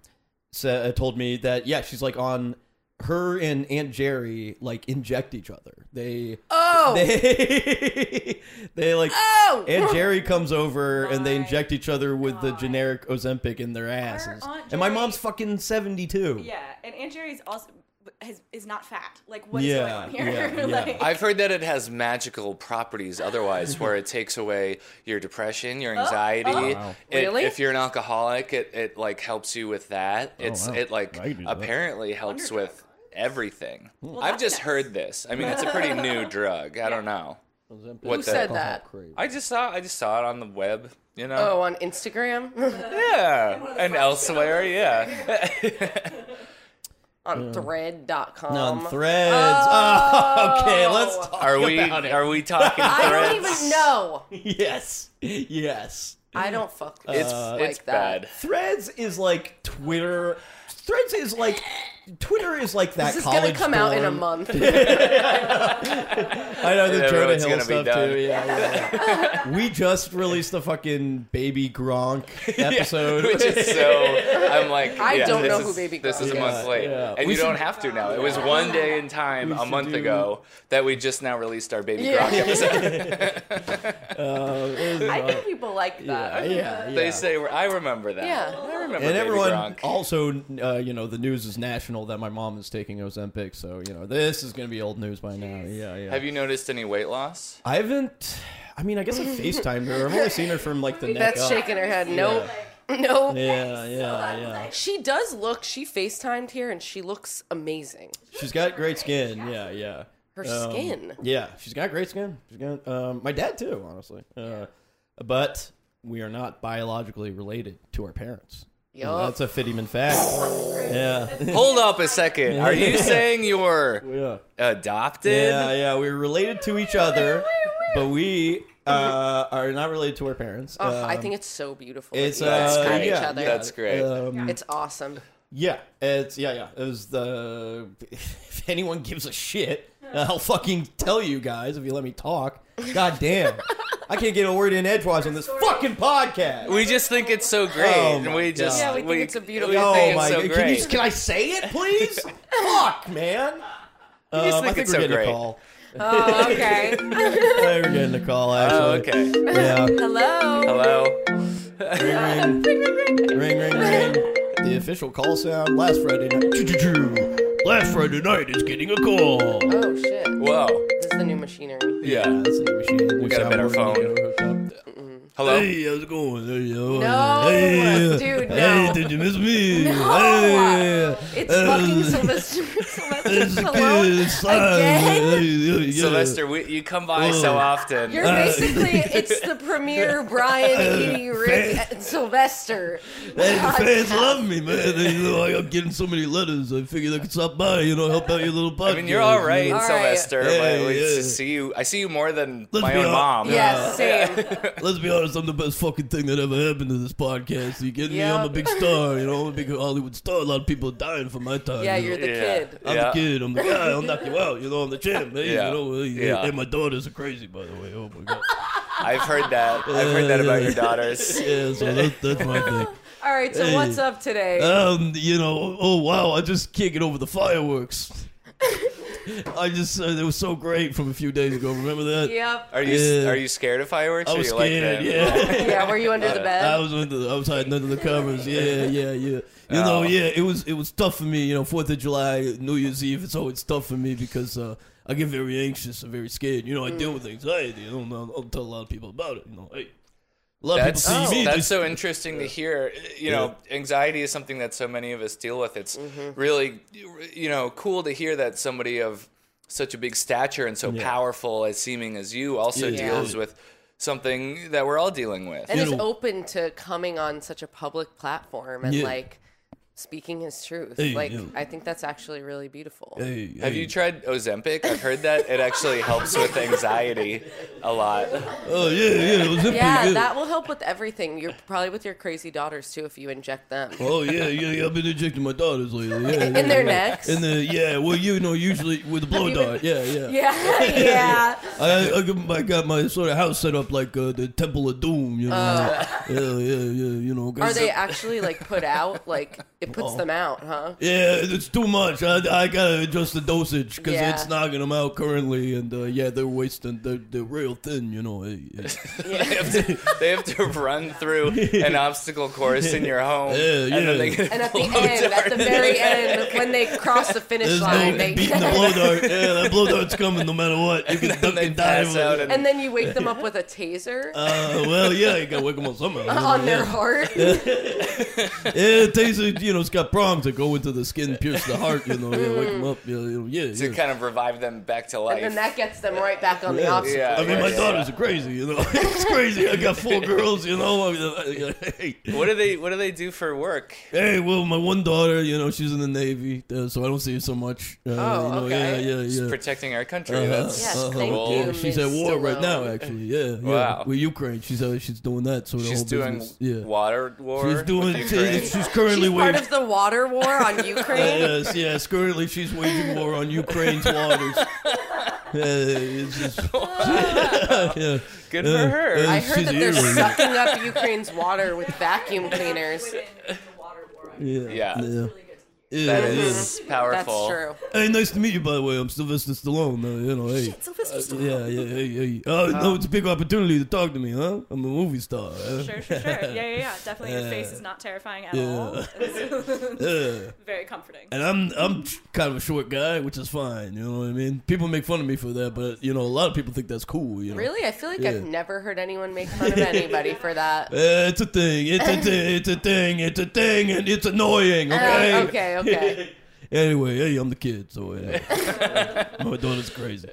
A: said, told me that yeah, she's like on her and Aunt Jerry like inject each other. They
C: Oh,
A: they they like
C: oh,
A: Aunt Jerry comes over and they inject each other with the generic Ozempic in their asses.
E: Aunt
A: And my
E: Jerry-
A: mom's fucking seventy two.
E: Yeah, and Aunt Jerry's also has, is not fat. Like what is
A: Yeah,
E: going on here?
A: yeah, yeah.
E: like,
D: I've heard that it has magical properties otherwise, where it takes away your depression, your anxiety.
A: Wow.
D: It-
C: Oh, Really?
D: If you're an alcoholic, it, it like helps you with that. It's
A: wow.
D: it like
A: I can do that.
D: apparently helps with everything. I've
E: that's
D: just
E: nice.
D: heard this. I mean, it's a pretty new drug. I don't know. What
C: who
D: the-
C: said that?
D: I just saw I just saw it on the web, you know.
C: Oh, on Instagram,
D: yeah. And elsewhere, yeah.
C: on Thread.com.
A: On threads. Oh, okay, let's talk.
D: Are we are we talking
C: I
D: threads?
C: don't even know.
A: Yes. Yes.
C: I don't fuck. with
D: It's
C: like
D: it's
C: that.
D: bad.
A: Threads is like Twitter. Threads is like Twitter is like that
C: This is
A: college
C: gonna come out in a
A: dorm.
C: month.
A: I know the
D: Yeah,
A: Jonah
D: everyone's
A: Hill
D: gonna be
A: stuff
D: done.
A: too. Yeah, yeah, yeah. we just released the fucking baby Gronk episode.
D: which is so. I'm like,
C: I
D: yeah,
C: don't
D: this
C: know
D: is-
C: who Baby
D: This
C: Gronk
D: is a
A: is.
D: month
A: Yeah,
D: late,
A: yeah.
D: and
A: We
D: you don't
A: should-
D: have to now. It was one day in time a
A: should
D: month
A: do-
D: ago that we just now released our Baby
C: Yeah.
D: Gronk episode.
A: Uh, it was,
C: I
A: uh,
C: think people like
A: yeah,
C: that.
A: yeah, yeah.
D: They say I remember that.
C: Yeah.
D: I remember.
A: and
D: Baby
A: everyone
D: Gronk.
A: also, uh, you know, the news is national that my mom is taking Ozempic, so you know this is gonna be old news by now. Yeah, yeah.
D: Have you noticed any weight loss?
A: I haven't. I mean, I guess I Facetimed her. I've only seen her from like the neck
C: That's
A: up.
C: shaking her head. No, no.
A: Yeah, yeah, yeah.
C: She does look. She FaceTimed here, and she looks amazing.
A: She's got great skin. Yeah, yeah.
C: Her
A: Um,
C: skin.
A: Yeah, she's got great skin. She's got um, my dad too, honestly. Uh, but we are not biologically related to our parents.
C: Yup.
A: That's a Fittyman fact. yeah,
D: Hold up a second. Are you saying you're
A: yeah,
D: adopted?
A: yeah, yeah. We're related to each other, but we uh, are not related to our parents.
C: Ugh, Oh, I
A: Um,
C: think it's so beautiful. that
A: it's
C: you guys
A: uh,
C: got each
A: yeah,
C: other.
A: yeah,
D: That's great.
A: Um,
C: It's awesome.
A: Yeah, it's yeah, yeah. It was the if anyone gives a shit, I'll fucking tell you guys if you let me talk. God damn, I can't get a word in edgewise on this fucking podcast.
D: We just think it's so great,
A: Oh
D: and
A: my
D: we just
A: God. Yeah,
C: we think it's a beautiful-
D: we
A: oh
D: think it's
A: my
D: so
A: god, can, you,
D: great.
A: just- can I say it, please? Fuck, man.
D: just
A: Um, I
D: think
A: think
D: it's
A: we're
D: so
A: getting
D: great.
A: a call.
C: Oh, okay.
A: I think we're getting a call.
D: Oh,
A: Actually,
D: okay.
A: Yeah.
C: Hello.
D: Hello.
A: Ring, ring, ring, ring, ring. The official call sound last Friday night. Choo-choo-choo. Last Friday night is getting a call.
C: Oh shit.
D: Whoa.
C: This is the new machinery.
D: Yeah.
A: that's a new machine. We
D: got a better
A: phone.
D: Hello.
A: Hey, how's it going? Hey, yo.
C: No,
A: hey,
C: dude,
A: Hey,
C: no.
A: did you miss me?
C: No.
A: Hey.
C: It's
A: Uh,
C: fucking Sylvester, Sylvester
A: This is good.
C: Stallone
A: It's fine.
C: again.
A: Hey, yeah, yeah. Uh,
D: Sylvester, we, you come by so often.
C: You're basically it's the premiere Brian Edie Rick and Sylvester.
A: Hey, the fans love me, man. They, you know, I- I'm getting so many letters. I figured I could stop by, you know, help out your little podcast.
D: I mean, you're all right,
A: you know.
C: All right.
D: Sylvester,
A: Yeah,
D: but we
A: yeah.
D: just see you. I see you more than
A: Let's
D: my
A: be
D: own
A: hon-
D: mom.
C: Yes, same.
A: Let's be honest, I'm the best fucking thing that ever happened to this podcast. You get me? I'm a
C: Yep.
A: big star, you know, I'm a big Hollywood star. A lot of people are dying for my time.
C: Yeah,
A: you know.
C: you're the
D: Yeah.
C: kid.
A: I'm
D: Yeah.
A: the kid. I'm the guy. I'll knock you out. You know, I'm the champ. Hey,
D: Yeah.
A: you know, hey,
D: Yeah.
A: and my daughters are crazy, by the way. Oh my god.
D: I've heard that. I've heard that about your daughters.
A: yeah, so that, that's my thing.
C: All right, so
A: Hey.
C: what's up today?
A: Um, you know, oh wow, I just can't get over the fireworks. I just, uh, it was so great from a few days ago. Remember that?
C: yep.
D: Are you
A: Yeah.
D: are you scared of fireworks?
A: I
D: or
A: was
D: you
A: scared.
D: Like them?
A: yeah.
C: Yeah, were you under the
A: I
C: bed?
A: was under, I was hiding under the covers. Yeah, yeah, yeah. You know,
D: Oh.
A: yeah. It was it was tough for me. You know, Fourth of July, New Year's Eve. It's always tough for me because uh, I get very anxious and very scared. You know, I
D: Mm.
A: deal with anxiety. I don't, know- I don't tell a lot of people about it. You know, hey, a lot
D: That's Oh,
A: of people see me. they
D: that's
A: s-
D: so interesting to hear. You know, anxiety is
C: Mm-hmm.
D: something that so many of us deal with. It's really, you know, cool to hear that somebody of such a big stature and so powerful as seeming as you also
A: Yeah.
D: deals with something that we're all dealing with.
C: and
A: You
C: is
A: know-
C: open to coming on such a public platform and
A: Yeah.
C: like speaking his truth.
A: Hey,
C: like
A: yeah.
C: I think that's actually really beautiful.
D: Have you tried Ozempic? I've heard that it actually helps with anxiety a lot.
A: Oh yeah, yeah. It was
C: Yeah, that will help with everything. You're probably with your crazy daughters too if you inject them.
A: Oh yeah, yeah, yeah. I've been injecting my daughters lately. Yeah,
C: In
A: yeah,
C: their
A: yeah.
C: necks?
A: In the yeah. Well, you know, usually with a blow
C: you been-
A: dart. Yeah, yeah.
C: Yeah, yeah.
A: I, I, got- I got my sort of house set up like uh, the Temple of Doom. You know. yeah, yeah, yeah. You know.
C: Are
A: guys.
C: they actually like put out? Like it puts them out, huh?
A: Yeah, it's too much. I, I gotta adjust the dosage because
C: Yeah.
A: it's knocking them out currently, and uh, yeah, they're wasting. They're, they're real thin, you know. Hey, yeah.
D: They have to, they have to run through an obstacle course in your home,
A: Yeah,
D: and
A: yeah.
D: then they get
C: And at the
D: blow
C: end, at the
D: dart.
C: very end, when they cross the finish
A: There's
C: line,
A: no
C: they
A: beating the blow dart. Yeah, that blow dart's coming no matter what. You can duck
D: then
A: and,
D: they
A: dive.
D: pass out and-
C: and then you wake them up with a taser
A: uh, well, yeah, you gotta wake them up somehow.
C: on their heart.
A: Yeah, Eh, it takes, a- you know, it's got prongs that go into the skin, pierce the heart, you know, yeah, wake them up. Yeah, you know, yeah. yeah.
D: to Mm. kind of revive them back to life.
C: And then that gets them right back on the obstacle.
D: Yeah,
A: I mean, my
D: yeah,
A: daughters are crazy, you know. it's crazy. I got four girls, you know. I mean, I- I- hey.
D: What do they What do they do for work?
A: Hey, well, my one daughter, you know, she's in the Navy, uh, so I don't see her so much. Uh,
C: Oh,
A: you know,
C: okay.
A: Yeah, yeah,
D: Just
A: yeah.
D: protecting our country.
A: Uh-huh,
D: That's
C: Yes,
A: uh-huh.
C: thank
D: cool.
C: you. Yeah.
A: She's
C: Ms.
A: at war right
C: Stallone.
A: now, actually. Yeah, yeah.
D: Wow.
A: With Ukraine, she's uh, she's doing that sort of
D: She's
A: whole
D: doing
A: business. Yeah.
D: water war.
A: She's doing.
D: with
A: She,
D: Ukraine.
A: she's currently
C: She's part
A: waging.
C: of the water war on
A: Uh,
C: Ukraine.
A: yes, yes. Currently, she's waging war on Ukraine's waters. Yeah, it's just, yeah.
D: Good for her.
A: Uh,
C: I heard
A: she's
C: that
A: eerie.
C: they're sucking up Ukraine's water with vacuum cleaners.
A: Yeah,
D: Yeah.
A: yeah.
D: That
A: Yeah, yeah.
D: is
C: That's
D: powerful.
C: true.
A: Hey, nice to meet you, by the way. I'm Sylvester Stallone. Uh, you know, hey.
G: Sylvester Stallone.
A: Yeah, yeah, hey, hey. Oh,
D: Um,
A: no, it's a big opportunity to talk to me, huh? I'm a movie star. huh?
E: Sure, sure, sure. Yeah, yeah, yeah. Definitely your face is not terrifying at all. It's
A: Yeah.
E: very comforting.
A: And I'm I'm kind of a short guy, which is fine. You know what I mean? People make fun of me for that, but you know, a lot of people think that's cool. You know,
C: Really? I feel like
A: Yeah.
C: I've never heard anyone make fun of anybody for that.
A: Eh, it's a thing. It's a thing. It's a thing. It's a thing, and it's annoying. Okay.
C: Oh, okay, okay.
A: Anyway, hey, I'm the kid, so anyway. my daughter's crazy,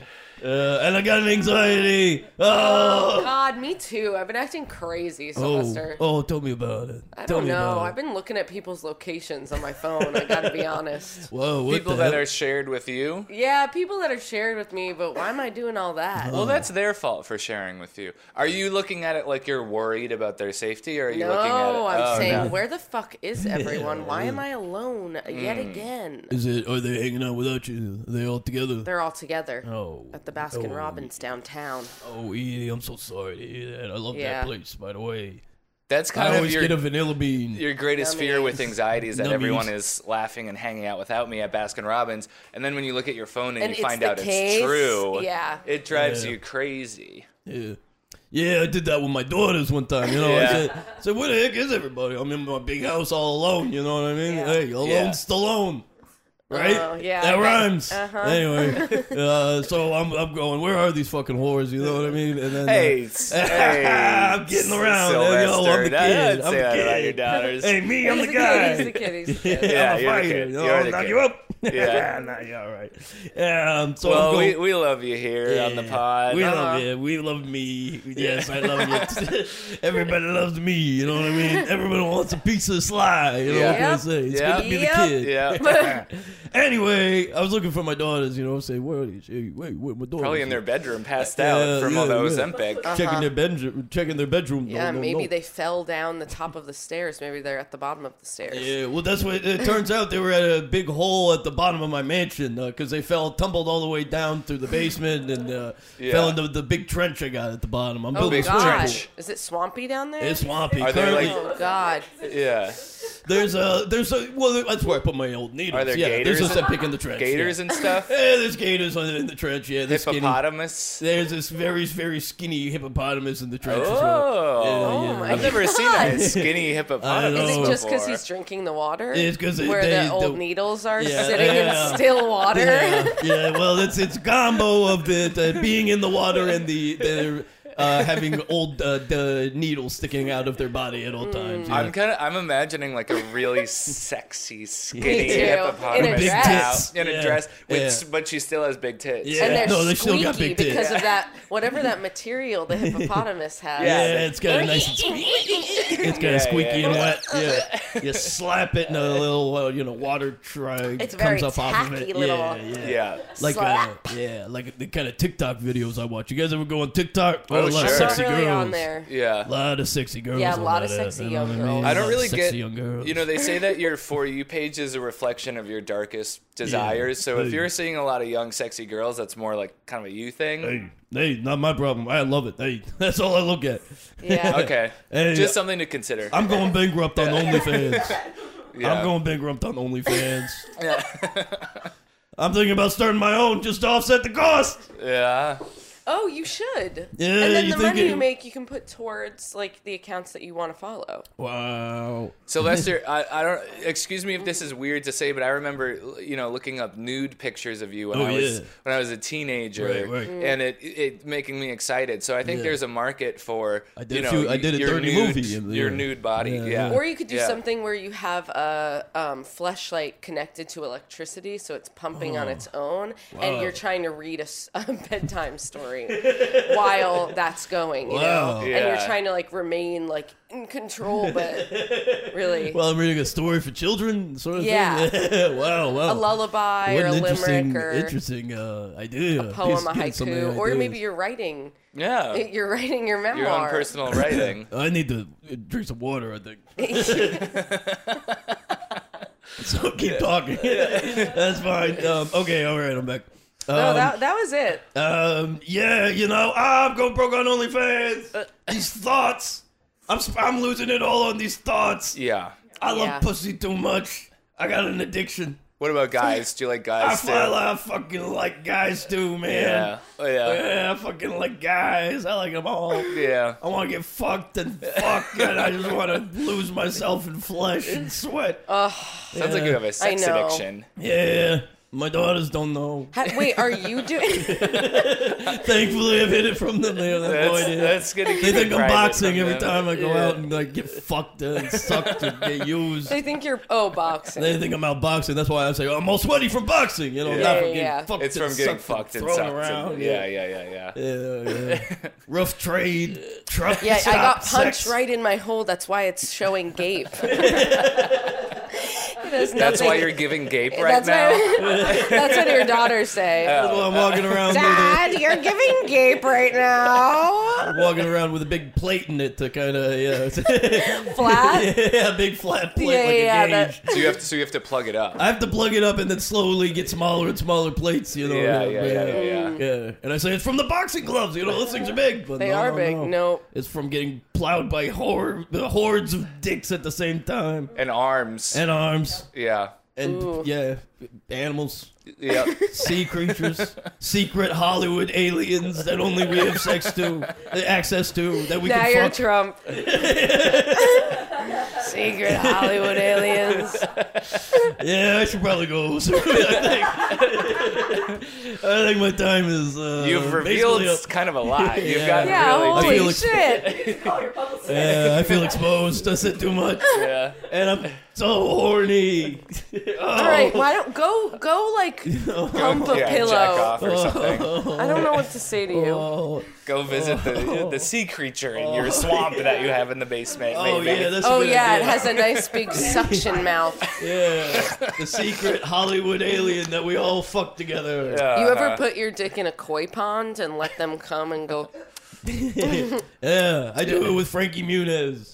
A: uh, and I got an anxiety. Oh.
C: God, me too. I've been acting crazy,
A: Oh,
C: Sylvester.
A: oh, tell me about it.
C: I
A: tell
C: don't
A: me
C: know.
A: About
C: I've been looking at people's locations on my phone. I gotta be honest.
A: it. Whoa, what
D: People
A: the
D: that
A: hell?
D: are shared with you.
C: Yeah, people that are shared with me, but why am I doing all that?
D: Well, that's their fault for sharing with you. Are you looking at it like you're worried about their safety, or are you looking at it?
C: no, I'm
D: oh,
C: saying,
D: no.
C: where the fuck is everyone? Why am I alone yet
D: Mm.
C: again?
A: Is it? Are they hanging out without you? Are they all together?
C: They're all together
A: oh,
C: at the Baskin Robbins downtown.
A: Oh, Edie, I'm so sorry to hear that. I love
C: Yeah.
A: that place, by the way.
D: that's
A: I
D: kind of
A: always
D: your
A: get a vanilla bean.
D: your greatest
C: Nummies.
D: fear with anxiety is that
A: Nummies.
D: everyone is laughing and hanging out without me at Baskin Robbins, and then when you look at your phone and,
C: And
D: you
C: it's
D: find
C: the
D: out
C: case.
D: it's true,
C: Yeah.
D: it drives
A: Yeah.
D: you crazy.
A: Yeah. Yeah, I did that with my daughters one time. You know, I
D: Yeah.
A: said, I said, "Where the heck is everybody? I'm in my big house all alone." You know what I mean?
C: Yeah.
A: Hey, alone,
D: Yeah.
A: Stallone. Right?
C: Oh, yeah,
A: That
C: I bet.
A: rhymes.
D: uh-huh.
A: Anyway, uh, so I'm, I'm going. Where are these fucking whores? You know what I mean? And then, uh,
D: Hey, s- hey,
A: I'm getting around, man. Yo, I'm
D: Sylvester,
A: the
D: that-
A: kid.
D: I'd
A: I'm the
D: say that about
A: kid.
D: your daughters.
A: hey, me, I'm
C: He's
A: the
C: a
A: guy.
C: kid, he's a kid, he's a kid.
D: Yeah,
A: I'm a
D: you're the
A: fighter.
D: kid.
A: You know,
D: You're
A: I'll
D: the
A: knock
D: kid.
A: you up.
D: Yeah.
A: nah, you're all right. Um, so I'm
D: Well,
A: going,
D: we, we love you here on the
A: yeah.
D: pod. Uh-huh.
A: We love you. We love me. Yes, I love you. Everybody loves me. You know what I mean? Everybody wants a piece of Sly. You know what
C: Yeah.
A: I'm saying? It's
D: Yep.
A: good to be
C: Yep.
A: the kid.
D: yeah,
A: Anyway, I was looking for my daughters. You know, say where are these? Hey, wait, where are my daughters?
D: probably in their bedroom, passed out
A: Yeah,
D: from all
A: yeah,
D: the
A: yeah.
D: Ozempic.
A: checking their bedroom. Checking their bedroom.
C: Uh-huh. Yeah,
A: No, no,
C: maybe
A: no.
C: they fell down the top of the stairs. Maybe they're at the bottom of the stairs.
A: Yeah, well, that's what it turns out. They were at a big hole at the bottom of my mansion because they fell, tumbled all the way down through the basement and uh,
D: Yeah.
A: fell into the big trench I got at the bottom. I'm
C: Oh
A: building a
D: big
A: swimming pool.
D: trench.
C: gosh, is it swampy down there?
A: It's swampy.
D: Are they,
A: Currently-
D: like-
C: oh God,
D: Yeah.
A: There's a there's a well that's where I put my old needles.
D: Are there
A: yeah,
D: gators?
A: there's a
D: and-
A: septic in the trench.
D: Gators
A: yeah.
D: and stuff?
A: Yeah, there's gators on- in the trench. Yeah, there's skinny.
D: Hippopotamus?
A: There's this very very skinny hippopotamus in the trench as well.
D: Oh.
A: Yeah, yeah.
C: my
D: I've never seen a skinny hippopotamus.
A: I
C: is
A: know.
C: it just because
D: before.
C: he's drinking the water?
A: Oh. It's 'cause they-
C: where
A: they-
C: the old
A: the-
C: needles are
A: Yeah.
C: sitting
A: Yeah.
C: in still water.
A: Yeah, yeah, well, it's it's combo of the, the being in the water and the, the uh, having old uh, d- needles sticking out of their body at all times. yeah.
D: Mm. I'm kind of. I'm imagining like a really sexy, skinny
C: too.
D: hippopotamus
C: In a
D: with
A: dress.
D: out- in
A: Yeah.
D: a dress, with,
A: Yeah.
D: s- but she still has big tits.
A: Yeah.
C: and they're
A: No, they still
C: squeaky
A: got big tits.
C: because of that whatever that material the hippopotamus has.
A: yeah, it's got a nice. and squeaky- It's kind
D: Yeah,
A: of squeaky
D: yeah.
A: and wet. Yeah, you slap it, and a little uh, you know water try
C: It's
A: comes
C: very
A: up off of
C: tacky
A: it.
C: little-
A: Yeah, yeah.
D: Yeah.
A: Like uh,
C: Slap.
A: yeah, like the kind of TikTok videos I watch. You guys ever go on TikTok? Oh, a lot of
D: sure.
A: sexy
C: Not really
A: girls.
C: on there.
A: A
D: Yeah.
A: lot of sexy girls.
C: Yeah, a
A: on
C: lot of
A: that app,
C: sexy
A: you know
C: young
A: what I mean?
C: girls.
D: I
A: A lot
D: don't
A: of
D: really
A: sexy
D: get.
A: young girls.
D: You know, they say that your for you page is a reflection of your darkest desires. So if
A: Hey.
D: you're seeing a lot of young, sexy girls, that's more like kind of a you thing.
A: Hey, hey, not my problem. I love it. Hey, that's all I look at.
C: Yeah.
D: Okay.
A: Hey,
D: Just something to consider.
A: I'm going bankrupt on OnlyFans.
D: Yeah.
A: I'm going bankrupt on OnlyFans. I'm thinking about starting my own just to offset the cost.
D: Yeah.
C: Oh, you should.
A: Yeah,
C: and then
A: you
C: the
A: think
C: money
A: it-
C: you make, you can put towards like the accounts that you want to follow.
A: Wow.
D: Sylvester, I, I don't. Excuse me if this is weird to say, but I remember, you know, looking up nude pictures of you when
A: Oh,
D: I was
A: yeah.
D: when I was a teenager,
A: Right, right. Mm.
D: and it it making me excited. So I think
A: Yeah.
D: there's a market for
A: I did
D: you
A: a
D: know
A: few- I did a
D: your
A: dirty
D: nude,
A: movie in the-
D: your nude body,
A: Yeah,
D: yeah.
A: yeah.
C: Or you could do
D: Yeah.
C: something where you have a um, fleshlight connected to electricity, so it's pumping on its own, and you're trying to read a, s- a bedtime story while that's going. You
A: Wow.
C: know, and you're
D: Yeah.
C: trying to like remain like in control, but really
A: Well, I'm reading a story for children, sort of
C: Yeah.
A: thing. wow, wow.
C: a lullaby
A: what
C: or
A: an
C: a
A: interesting,
C: limerick or
A: interesting uh, idea.
C: poem,
A: He's
C: a
A: getting some of the
C: haiku, or
A: ideas.
C: maybe you're writing.
D: yeah,
C: You're writing your memoir.
D: your own personal writing.
A: I need to uh, drink some water. I think. so keep talking. That's fine. Um, okay, all right, I'm back. Um,
C: No, that, that was it.
A: um, yeah, you know, I'm going broke on
C: Uh.
A: OnlyFans. These thoughts, I'm sp- I'm losing it all on these thoughts.
D: Yeah.
A: I love
C: Yeah.
A: pussy too much. I got an addiction.
D: What about guys? Do you like
A: I,
D: guys
A: fu-
D: too?
A: I fucking like guys too, man.
D: yeah. Oh, yeah.
A: Yeah, I fucking like guys. I like them all.
D: Yeah.
A: I want to get fucked and fucked, and I just want to lose myself in flesh and sweat.
C: Uh,
D: Sounds like you have a sex
C: know.
D: addiction.
A: yeah, my daughters don't know.
C: Ha- Wait, are you doing?
A: Thankfully, I've hid it from them. They have no
D: That's,
A: idea.
D: that's gonna keep
A: they
D: it
A: think I'm
D: private
A: boxing
D: from
A: every
D: them.
A: time I go
D: Yeah.
A: out and like get fucked and sucked and get used.
C: they think you're oh boxing.
A: They think I'm out boxing. That's why I say I'm all sweaty from boxing. You know,
D: Yeah.
A: not from
C: Yeah,
A: getting
C: yeah.
A: fucked.
D: It's
A: and
D: from getting
A: sucked
D: fucked and
A: thrown
D: sucked.
A: around.
D: and- yeah, yeah, yeah, yeah.
A: Yeah, yeah. Rough trade. Truck
C: Yeah,
A: stop
C: I got punched
A: sex.
C: right in my hole. That's why it's showing gape.
D: That's why you're giving gape right
C: that's
D: now.
C: What, that's what your daughters say.
A: Well, I'm walking around. with a,
C: Dad, you're giving gape right now.
A: walking around with a big plate in it to kind of yeah,
C: Flat.
A: yeah, a big flat plate
C: Yeah,
A: like
C: yeah,
A: a
C: that-
A: gauge.
D: So you have to. So you have to plug it up.
A: I have to plug it up and then slowly get smaller and smaller plates. You know.
D: Yeah, yeah, yeah, yeah. yeah.
A: Yeah, and I say it's from the boxing gloves. You know, those things are big, but
C: Mm. They
A: no,
C: are
A: no,
C: big.
A: No.
C: Nope.
A: it's from getting plowed by hor- the hordes of dicks at the same time,
D: And arms.
A: and arms,
D: yeah.
A: and
C: Ooh.
A: yeah, animals,
D: Yeah.
A: sea creatures, secret Hollywood aliens that only we have sex to, access to, that we
C: now
A: can
C: you're
A: fuck.
C: Trump. Secret Hollywood aliens.
A: Yeah, I should probably go. soon, I think. I think my time is. Uh,
D: You've revealed
A: basically up.
D: kind of a lot. You've
A: Yeah.
D: got
C: Yeah,
D: really.
A: I feel
C: holy
A: ex-
C: shit.
A: Yeah, I feel exposed. I said too much,
D: Yeah.
A: and I'm so horny. Oh,
C: All right, why don't go go like hump a
D: yeah, Jack
C: pillow.
D: off or something.
C: I don't know what to say to you.
A: Oh,
D: Go visit the the sea creature in your swamp that you have in the basement.
A: oh
D: maybe.
A: yeah, that's a
C: Oh
A: good
C: yeah, it
A: idea.
C: has a nice big suction mouth.
A: yeah. The secret Hollywood alien that we all fuck together.
D: Uh,
C: You ever put your dick in a koi pond and let them come and go?
A: Yeah, I do it with Frankie Muniz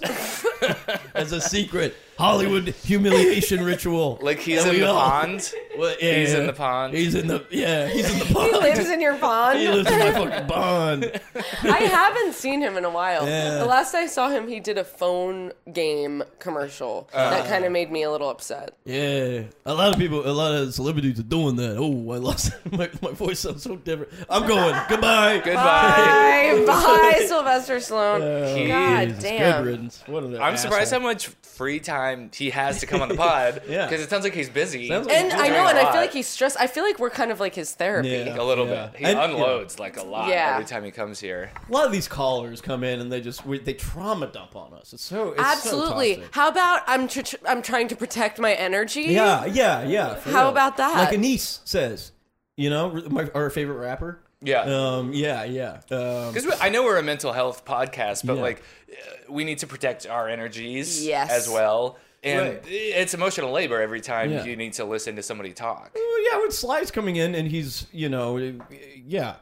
A: as a secret Hollywood humiliation ritual.
D: like he's
A: And
D: in
A: we
D: the
A: all-
D: pond.
A: Well, yeah,
D: He's in
A: yeah.
D: the pond.
A: He's in the yeah. He's in the
C: He
A: pond.
C: lives in your
A: He
C: pond.
A: lives in my fucking pond.
C: I haven't seen him in a while.
A: Yeah.
C: The last I saw him, he did a phone game commercial that kind of made me a little upset.
A: Uh-huh. Yeah, a lot of people, a lot of celebrities are doing that. Oh, I lost my, my voice. Sounds so different. I'm going. Goodbye.
D: Goodbye.
C: Bye, bye, Sylvester Stallone.
A: Oh,
C: God
A: Jesus,
C: damn.
A: Good riddance. What an
D: I'm surprised how
A: asshole.
D: much free time time he has to come on the pod.
A: Yeah.
D: Because it sounds like he's busy.
A: Sounds like-
C: And I know, and I feel
D: lot.
C: like he's stressed. I feel like we're kind of like his therapy.
A: Yeah.
D: a little
A: Yeah.
D: bit. He
A: And- yeah.
D: unloads like a lot
C: Yeah.
D: every time he comes here.
A: A lot of these callers come in and they just we, they trauma dump on us. It's
D: Oh,
A: so it's so
C: Absolutely.
A: toxic.
C: How about I'm tr- tr- I'm trying to protect my energy?
A: yeah, yeah, yeah. for
C: How
A: real.
C: about that?
A: Like Anise says, you know, r- my, our favorite rapper.
D: Yeah.
A: Um. Yeah. Yeah. Um,
D: Because I know we're a mental health podcast, but
A: Yeah.
D: like uh, we need to protect our energies
C: Yes.
D: as well. And
A: Right.
D: it's emotional labor every time
A: Yeah.
D: you need to listen to somebody talk.
A: Well, yeah, when Sly's coming in and he's, you know, eh, yeah,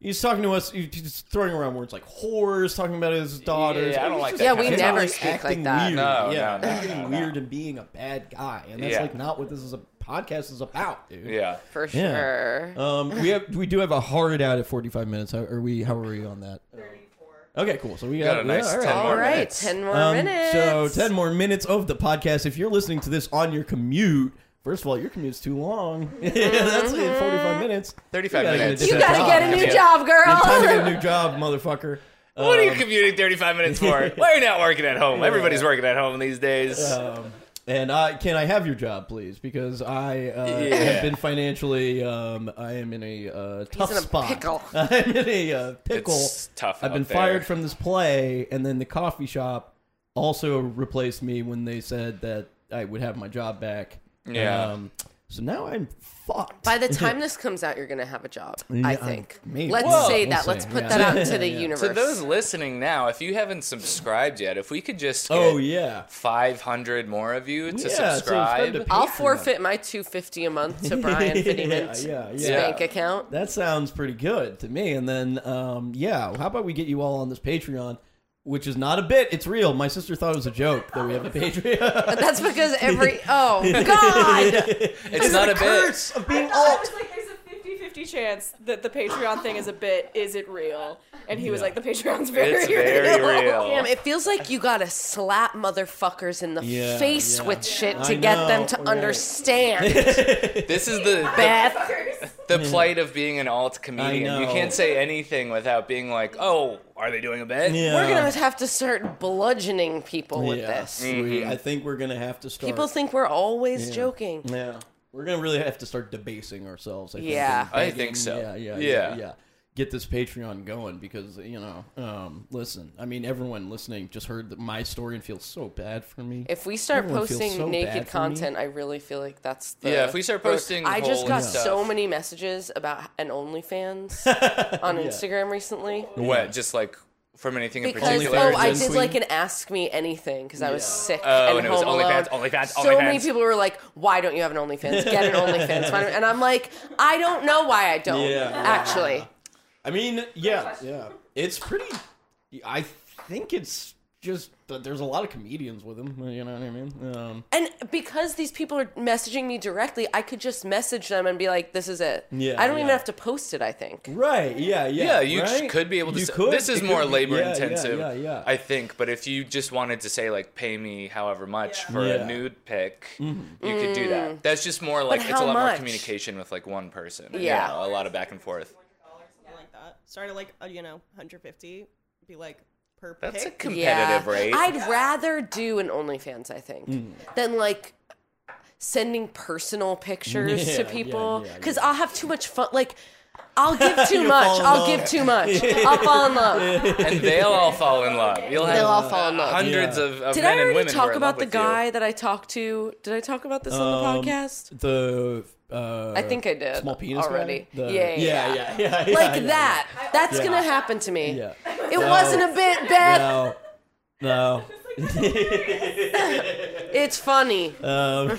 A: he's talking to us, he's throwing around words like whores, talking about his daughters.
D: Yeah, I don't
A: He's
D: like
A: just
D: that Yeah,
C: we
A: acting-
C: never speak like
A: acting
C: that.
A: Weird.
D: No,
A: yeah,
D: no, no,
A: acting
D: no, no.
A: weird and being a bad guy, and that's
D: Yeah.
A: like not what this is a podcast is about, dude.
D: Yeah.
C: for
A: Yeah.
C: sure.
A: Um, we have we do have a hard out at forty five minutes. How are we? How are we on that? Okay, cool. So we got,
D: Got a nice
A: yeah, all
D: 10
A: right.
D: more
C: All right,
D: minutes.
C: ten more
A: Um,
C: minutes.
A: So ten more minutes of the podcast. If you're listening to this on your commute, first of all, your commute's too long. Yeah, That's like forty-five minutes.
D: 35
A: You gotta get a
D: minutes.
A: different
C: Mm-hmm. you gotta
A: job.
C: get a new
D: Yeah.
C: job,
A: It's time to get a
C: girl.
A: new job, motherfucker.
D: What are
A: Um,
D: you commuting 35 minutes for? Why are you not working at home? Everybody's working at home these days.
A: Um, and I, can I have your job, please? Because I uh,
D: Yeah.
A: have been financially, um, I am in a uh, tough
C: in a
A: spot.
C: pickle.
A: I'm in a uh, pickle.
D: It's tough
A: I've been
D: out there.
A: fired from this play, and then the coffee shop also replaced me when they said that I would have my job back.
D: Yeah.
A: Um, so now I'm fucked.
C: By the time this comes out, you're gonna have a job.
A: Yeah,
C: I
A: I-
C: think.
A: uh, maybe.
C: Let's
A: Whoa.
C: say
A: We'll
C: that.
A: see.
C: Let's put
A: Yeah.
C: that out into the
A: Yeah.
C: universe.
D: To those listening now, if you haven't subscribed yet, if we could just get
A: oh yeah.
D: 500 more of you to
A: Yeah, so
D: subscribe.
A: subscribe to
C: I'll
A: Patreon.
C: forfeit my two fifty a month to Brian Finneyman's
A: Yeah, yeah, yeah.
C: bank account.
A: That sounds pretty good to me. And then, um, yeah, how about we get you all on this Patreon, which is not a bit, it's real. My sister thought it was a joke that we have a Patreon.
C: But that's because every oh god,
D: it's not a bit.
A: Curse of being
E: I
A: alt.
E: was like, there's a 50-50 chance that the Patreon thing is a bit. Is it real? And he was
A: Yeah.
E: like, the Patreon's very
D: It's
E: real.
D: very
C: damn!
D: real.
C: It feels like you gotta slap motherfuckers in the
A: Yeah,
C: face
A: yeah.
C: with shit
A: I
C: to get them
A: know,
C: to
A: right.
C: understand.
D: This is the, the,
C: Beth,
D: the plight of being an alt comedian.
A: I
D: You
A: know.
D: can't say anything without being like, oh, are they doing a bit?
A: Yeah.
C: we're gonna have to start bludgeoning people with
A: Yeah,
C: this.
A: we-
D: Mm-hmm.
A: I think we're going to have to start.
C: People think we're always
A: Yeah.
C: joking.
A: Yeah. We're going to really have to start debasing ourselves. I think,
C: Yeah.
A: and
D: I
A: begging.
D: think so.
A: Yeah, yeah,
D: Yeah.
A: yeah. yeah. Get this Patreon going because you know. Um, listen, I mean, everyone listening just heard that my story and feels so bad for me.
C: If we start
A: Everyone feels so
C: posting
A: bad
C: naked
A: for me.
C: content, I really feel like that's the
D: Yeah, if we start
C: or-
D: posting
C: I just
D: whole
C: got
D: stuff.
C: so many messages about an OnlyFans on Instagram recently
D: What? Just like from anything in
C: because
D: particular?
C: oh,
A: or
C: I
A: just-
C: did like an Ask Me Anything because I was sick
D: Oh,
C: and,
D: and it was
C: home alone.
D: OnlyFans, OnlyFans,
C: so many
D: OnlyFans.
C: people were like, "Why don't you have an OnlyFans? Get an OnlyFans!" Why don't-" and I'm like, "I don't know why I don't
A: Yeah.
C: actually."
A: I mean, yeah, yeah. It's pretty. I think it's just that there's a lot of comedians with him. You know what I mean? Um,
C: And because these people are messaging me directly, I could just message them and be like, "This is it."
A: Yeah,
C: I don't even
A: yeah.
C: have to post it. I think.
A: right? Yeah, yeah.
D: yeah, you
A: right?
D: could be able to.
A: You
D: say,
A: could,
D: this is
A: it
D: more
A: could be-
D: labor
A: yeah, yeah,
D: intensive,
A: Yeah, yeah.
D: I think. But if you just wanted to say like, pay me however much for
A: Yeah. Mm-hmm.
D: a nude pic, you could do that. That's just more like it's a
C: Mm. how
D: lot more
C: much?
D: communication with like one person.
C: Yeah.
D: you know, a lot of back and forth.
F: Something like that. Start at like uh, you know 150. Be like per
D: That's a
F: pick.
D: competitive
C: yeah.
D: rate.
C: I'd rather do an OnlyFans, I think,
A: Mm.
C: than like sending personal pictures
A: Yeah,
C: to
A: yeah,
C: people
A: yeah,
C: because I'll have too much fun. Like, I'll give too
A: You'll fall
C: much.
A: in
C: I'll
A: love.
C: give too much. I'll fall in love.
D: and they'll all fall in love. You'll have
C: They'll all fall in love.
D: hundreds
A: Yeah.
D: of, of
C: Did
D: men
C: I
D: and
C: already
D: women who are
C: talk
D: in
C: about
D: love
C: the
D: with you.
C: guy that I talked to? Did I talk about this on
A: Um,
C: the podcast?
A: The uh,
C: I think I did
A: Small penis guy?
C: already.
A: The-
C: Yeah, yeah,
A: yeah, yeah, yeah, yeah,
C: Like
A: yeah,
C: that. That's
A: Yeah.
C: gonna happen to me.
A: Yeah.
C: It wasn't a bit, Beth.
A: No, no.
C: It's funny.
A: Um,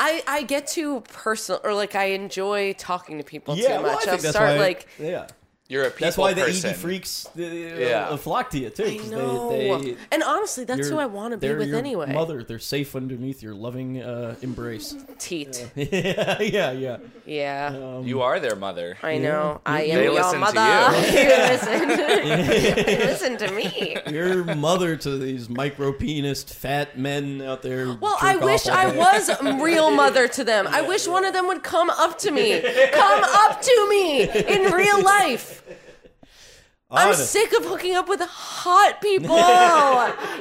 C: I, I get too personal, or like I enjoy talking to people
A: yeah,
C: too
A: well, I
C: much.
A: think
C: I'll
A: that's
C: start
A: why-
C: like
A: yeah.
D: You're a people
A: That's why the
D: person.
A: eighty freaks uh,
D: Yeah.
A: flock to you too.
C: I
A: 'cause
C: know.
A: They, they,
C: and honestly, that's who
A: you're-
C: I want to be
A: they're
C: with
A: your
C: anyway.
A: Mother, they're safe underneath your loving uh, embrace.
C: Teat.
A: yeah, yeah, yeah.
C: Yeah.
D: You are their mother.
C: I know. I am
D: They
C: your
D: listen to
C: mother.
D: you.
C: listen. You listen to me.
A: You're mother to these micro penised fat men out there. who
C: Well,
A: jerk
C: I
A: off
C: wish
A: all
C: I
A: day.
C: was a real mother to them. I wish one of them would come up to me. Come up to me in real life. I'm
A: Honest.
C: sick of hooking up with hot people.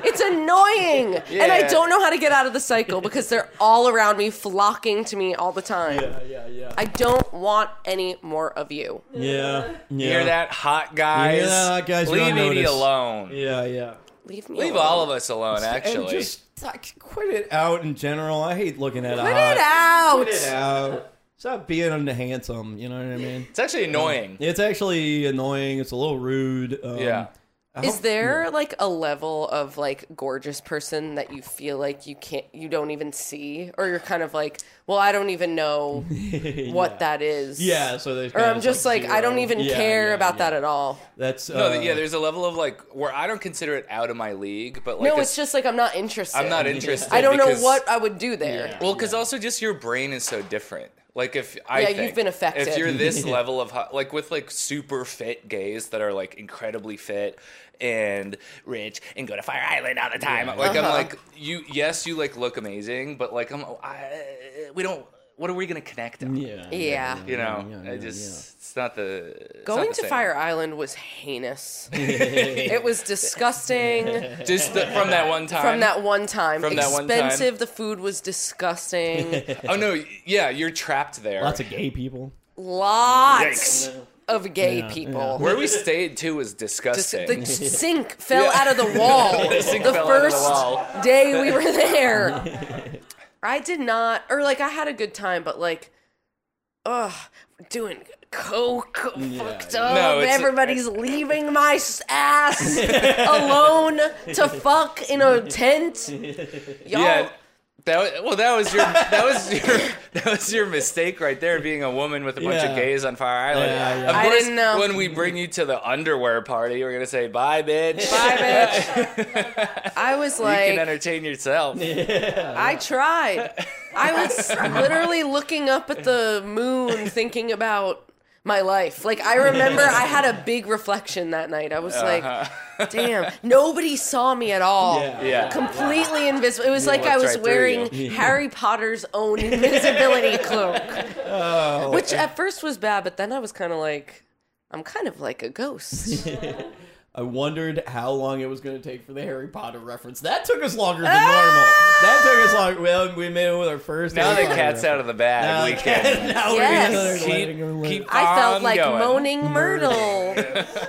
C: it's annoying. And I
D: Yeah.
C: don't know how to get out of the cycle because they're all around me, flocking to me all the time.
A: Yeah, yeah.
C: I don't want any more of you.
A: yeah, yeah.
D: Hear that, hot guys?
A: You hear that, hot guys? You
D: Leave
A: don't
D: Edie
A: notice.
D: alone.
A: Yeah, yeah.
C: Leave me
D: Leave
C: alone.
D: all of us alone, actually.
A: And just like, quit it out in general. I hate looking at
C: Put it out.
A: Quit it out. Stop being handsome. You know what I mean?
D: it's actually annoying.
A: It's actually annoying. It's a little rude. Um,
D: Yeah.
A: I
C: Is
A: hope-
C: there like a level of like gorgeous person that you feel like you can't, you don't even see, or you're kind of like, well, I don't even know what
A: Yeah.
C: that is.
A: Yeah, so there's.
C: Or I'm just like, I don't even care about that at all.
A: That's uh,
D: No, yeah, there's a level of like where I don't consider it out of my league, but like
C: no,
D: a-
C: it's just like I'm not interested.
D: I'm not interested.
C: I don't know
D: because-
C: what I would do there.
D: Well, because also just your brain is so different. Like if I
C: Yeah,
D: think,
C: you've been affected.
D: If you're this level of hot, like with like super fit gays that are like incredibly fit and rich and go to Fire Island all the time, like
A: Uh-huh.
D: I'm like you. Yes, you like look amazing, but like I'm. I, we don't. What are we gonna connect on?
A: Yeah.
C: Yeah.
D: You know,
A: yeah, yeah,
D: I just it's not the it's not
C: Going
D: the
C: to
D: same.
C: Fire Island was heinous. it was disgusting.
D: just the, from that one time.
C: From that one time,
D: From that one time.
C: expensive. The food was disgusting.
D: Oh no! Yeah, you're trapped there.
A: Lots of gay people.
C: Lots of gay people.
D: Where we stayed too was
C: Just-
D: disgusting.
C: the sink fell
D: Yeah.
C: out of the wall.
D: The sink fell out of the
C: first
D: wall.
C: day we were there. I did not, or like I had a good time, but like, ugh, doing coke, fucked up.
D: No, it's-
C: Everybody's leaving my s- ass alone to fuck in a tent. Y'all,
D: Yeah. That was, well, that was your that was your that was your mistake right there, being a woman with a bunch
A: Yeah.
D: of gays on Fire Island.
A: Yeah, yeah.
D: Of
C: I
D: course,
C: didn't know.
D: when we bring you to the underwear party, we're gonna say bye, bitch.
C: bye, bitch. I was
D: You
C: like,
D: can entertain yourself.
C: I tried. I was literally looking up at the moon thinking about my life. Like I remember I had a big reflection that night. I was
D: Uh-huh.
C: like, damn, nobody saw me at all.
A: Yeah.
D: Yeah.
C: Completely invisible. It was like I
D: looked
C: was
D: right through
C: wearing Harry Potter's own invisibility cloak.
D: Oh.
C: Which at first was bad, but then I was kind of like, I'm kind of like a ghost.
A: I wondered how long it was going to take for the Harry Potter reference. That took us longer than normal. That took us long. Well, we made it with our first.
D: Now the
A: Harry Potter
D: cat's
A: reference.
D: out of the bag.
A: Now
D: we
A: the
D: can.
A: cat- Now
C: Yes.
A: we're
D: Keep-
A: letting her live.
D: keep-
C: I felt
D: I'm
C: like
D: going.
C: moaning Myrtle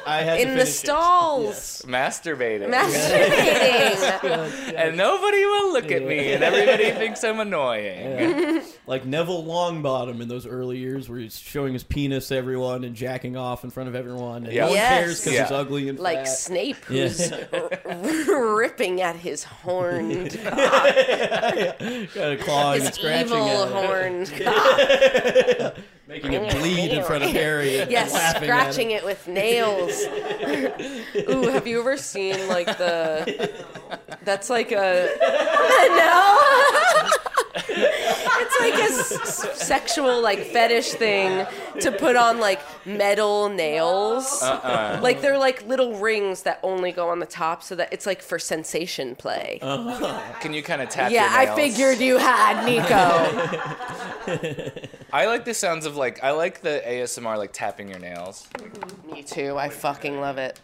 A: I had to
C: in the
A: finish it.
C: stalls.
D: Masturbating.
C: Masturbating.
D: and nobody will look at me, and everybody thinks I'm annoying.
A: Like Neville Longbottom in those early years, where he's showing his penis to everyone and jacking off in front of everyone, and
D: Yeah.
A: no one
C: Yes.
A: cares because
D: Yeah.
A: he's ugly and
C: like
A: fat.
C: Snape,
A: Yeah.
C: who's r- ripping at his horned cock,
A: kind of clawing and
C: his
A: scratching
C: evil
A: at it,
C: horned cock.
A: making it bleed in front of Harry. And
C: Yes,
A: laughing
C: scratching it with nails. Ooh, have you ever seen like the? That's like a no. it's like a s- sexual like fetish thing to put on like metal nails.
A: Uh-uh.
C: Like they're like little rings that only go on the top, so that it's like for sensation play.
D: Can you kind of tap?
C: Yeah,
D: your
C: I
D: nails?
C: figured you had Nico.
D: I like the sounds of like I like the ASMR like tapping your nails.
C: Me too. I fucking love it.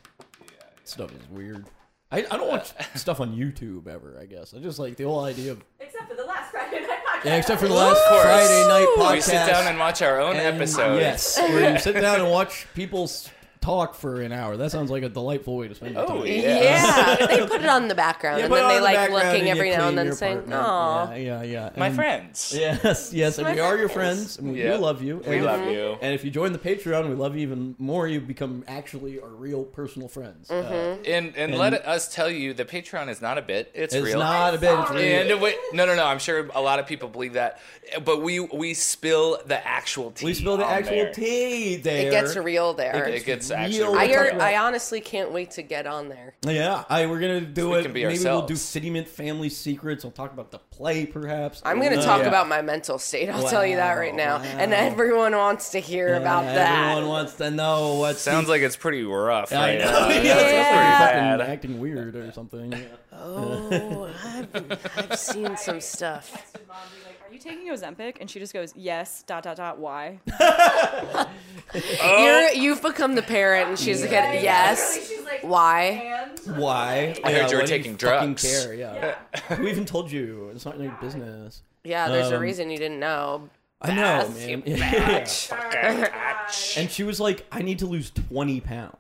A: That stuff is weird. I, I don't watch stuff on YouTube ever. I guess I just like the whole idea of
I: Except for the last Friday night podcast.
A: yeah, except for the last
D: course.
A: Friday night podcast.
D: We sit down and watch our own episode.
A: Yes, where you sit down and watch people s- talk for an hour. That sounds like a delightful way to spend your
D: Oh,
A: time.
D: yeah.
C: Yeah, they put it on the background,
A: Yeah,
C: and
A: put it
C: then
A: on
C: they
A: the
C: like
A: background
C: looking
A: you
C: every now
A: clean
C: and then
A: your
C: saying,
A: apartment.
C: "Aw."
A: Yeah, yeah, yeah.
D: My
A: And-
D: friends.
A: Yes, yes, and we are your friends. And we do
D: Yeah.
A: love you.
D: We
A: and
D: love
C: Mm-hmm.
A: if,
D: you.
A: And if you join the Patreon, we love you even more. You become actually our real personal friends. Uh,
C: Mm-hmm.
D: And, and let us tell you, the Patreon is not a bit. It's,
A: it's
D: real.
A: not a bit. It's real.
D: And wait, no, no, no. I'm sure a lot of people believe that, but we we spill the actual tea.
A: we spill the
D: on
A: actual
D: there.
A: tea there.
C: It gets real
D: It,
C: there.
D: gets
A: real.
D: actually.
C: I,
D: real.
C: hear- I honestly can't wait to get on there.
A: Yeah, I, we're gonna do
D: We
A: it.
D: can be
A: Maybe we'll
D: ourselves.
A: do City Family Secrets. We'll talk about the play, perhaps.
C: I'm gonna
A: Uh,
C: talk
D: yeah.
C: about my mental state. I'll tell you that right now,
A: Wow,
C: and
A: wow.
C: everyone wants to hear about
A: Everyone
C: that.
A: wants to know what
D: Sounds like it's pretty rough.
A: I
D: Right
A: know.
D: Now.
A: yeah,
D: It's
A: it's pretty
D: pretty
A: fucking
D: bad.
A: acting weird or something.
C: Oh, I've, I've seen some stuff.
I: Mom be like, are you
E: you taking Ozempic?" And she just goes, "Yes." Dot dot dot. Why?
C: You're, you've become the parent, and she's like, yes.
I: She's like,
C: Why?
I: and
A: Why?
D: I heard you were
A: why do
D: taking
A: fucking
D: drugs.
A: Care? Yeah. Who even told you? It's not your business.
C: Yeah, there's a
A: Um,
C: reason you didn't know.
A: I know, man. Yeah.
I: Bitch.
A: And she was like, "I need to lose twenty pounds."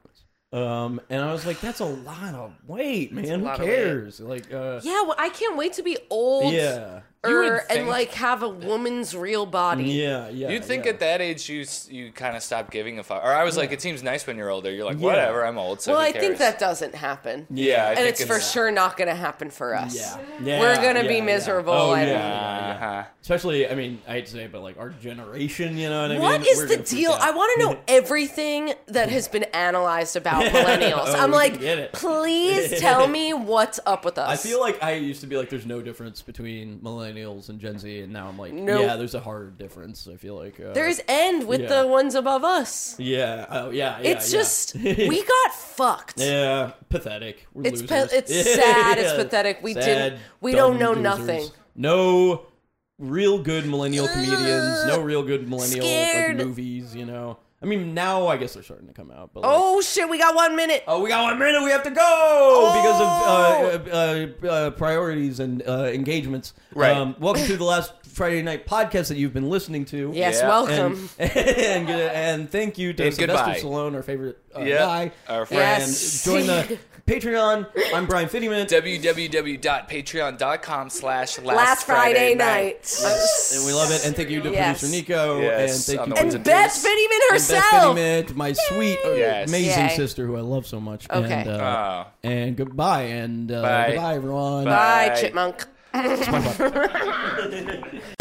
A: Um, and I was like, "That's a lot of weight, man. Who
C: lot of weight.
A: cares?" Like, uh,
C: Yeah, well, I can't wait to be old.
A: yeah,
D: You would
C: er, and
D: think-
C: like have a woman's real body.
A: yeah, yeah.
D: You'd think
A: yeah.
D: at that age you s- you kind of stop giving a fuck. Or I was like, it seems nice when you're older. You're like,
A: Yeah.
D: whatever, I'm old. So
C: Well,
D: who
C: I think
D: cares?
C: that doesn't happen.
D: Yeah, I
C: and
D: think
C: it's, for sure not going to happen for us.
A: Yeah. Yeah,
C: We're gonna
A: yeah,
C: be
A: yeah.
C: miserable,
A: Oh,
C: I
A: yeah,
C: don't-
A: yeah, yeah.
D: Uh-huh.
A: Especially, I mean, I hate to say it, but like our generation, you know what I mean?
C: What is
A: We're
C: the
A: gonna freak
C: deal?
A: out.
C: I want to know everything that has been analyzed about millennials.
A: Oh,
C: I'm
A: we
C: like,
A: get it.
C: please tell me what's up with us.
A: I feel like I used to be like, there's no difference between millennials and Gen Z, and now I'm like,
C: Nope.
A: yeah, there's a hard difference. I feel like uh,
C: there's end with
A: Yeah.
C: the ones above us.
A: yeah, oh yeah, yeah
C: it's
A: yeah.
C: just we got fucked.
A: yeah, pathetic. We're
C: It's pa-
A: losers.
C: it's sad, it's
A: Yeah.
C: pathetic. We
A: Sad,
C: didn't- we don't
A: dumb
C: know
A: losers.
C: nothing.
A: No real good millennial comedians. No real good millennial like,
C: Scared.
A: movies. You know, I mean, now I guess they're starting to come out, but like,
C: Oh shit, we got one minute.
A: Oh, we got one minute. We have to go
C: Oh!
A: because oh, of uh, uh, uh, priorities and uh, engagements. Um,
D: Right.
A: welcome to the last Friday night podcast that you've been listening to.
C: Yes,
D: Yeah.
C: welcome.
A: And, and, and thank you to
D: And
A: Sylvester
D: goodbye.
A: Stallone, our favorite uh,
D: Yeah,
A: guy.
D: our
A: And
C: Yes.
A: join the Patreon. I'm Brian Fittiman.
D: www.patreon.com slash
C: Last Friday night.
A: And we love it. And thank you to
C: Yes.
A: producer Nico.
D: Yes,
A: and
D: on
A: thank you
D: the
A: to
D: ones
C: and Beth Finneman
A: and Beth
C: herself.
A: Fittiman, my sweet, uh,
D: Yes.
A: amazing
C: Yay.
A: sister who I love so much. And,
C: Okay.
A: uh,
D: Oh.
A: and goodbye. And uh,
D: Bye.
A: goodbye, everyone.
D: Bye.
C: Bye, chipmunk.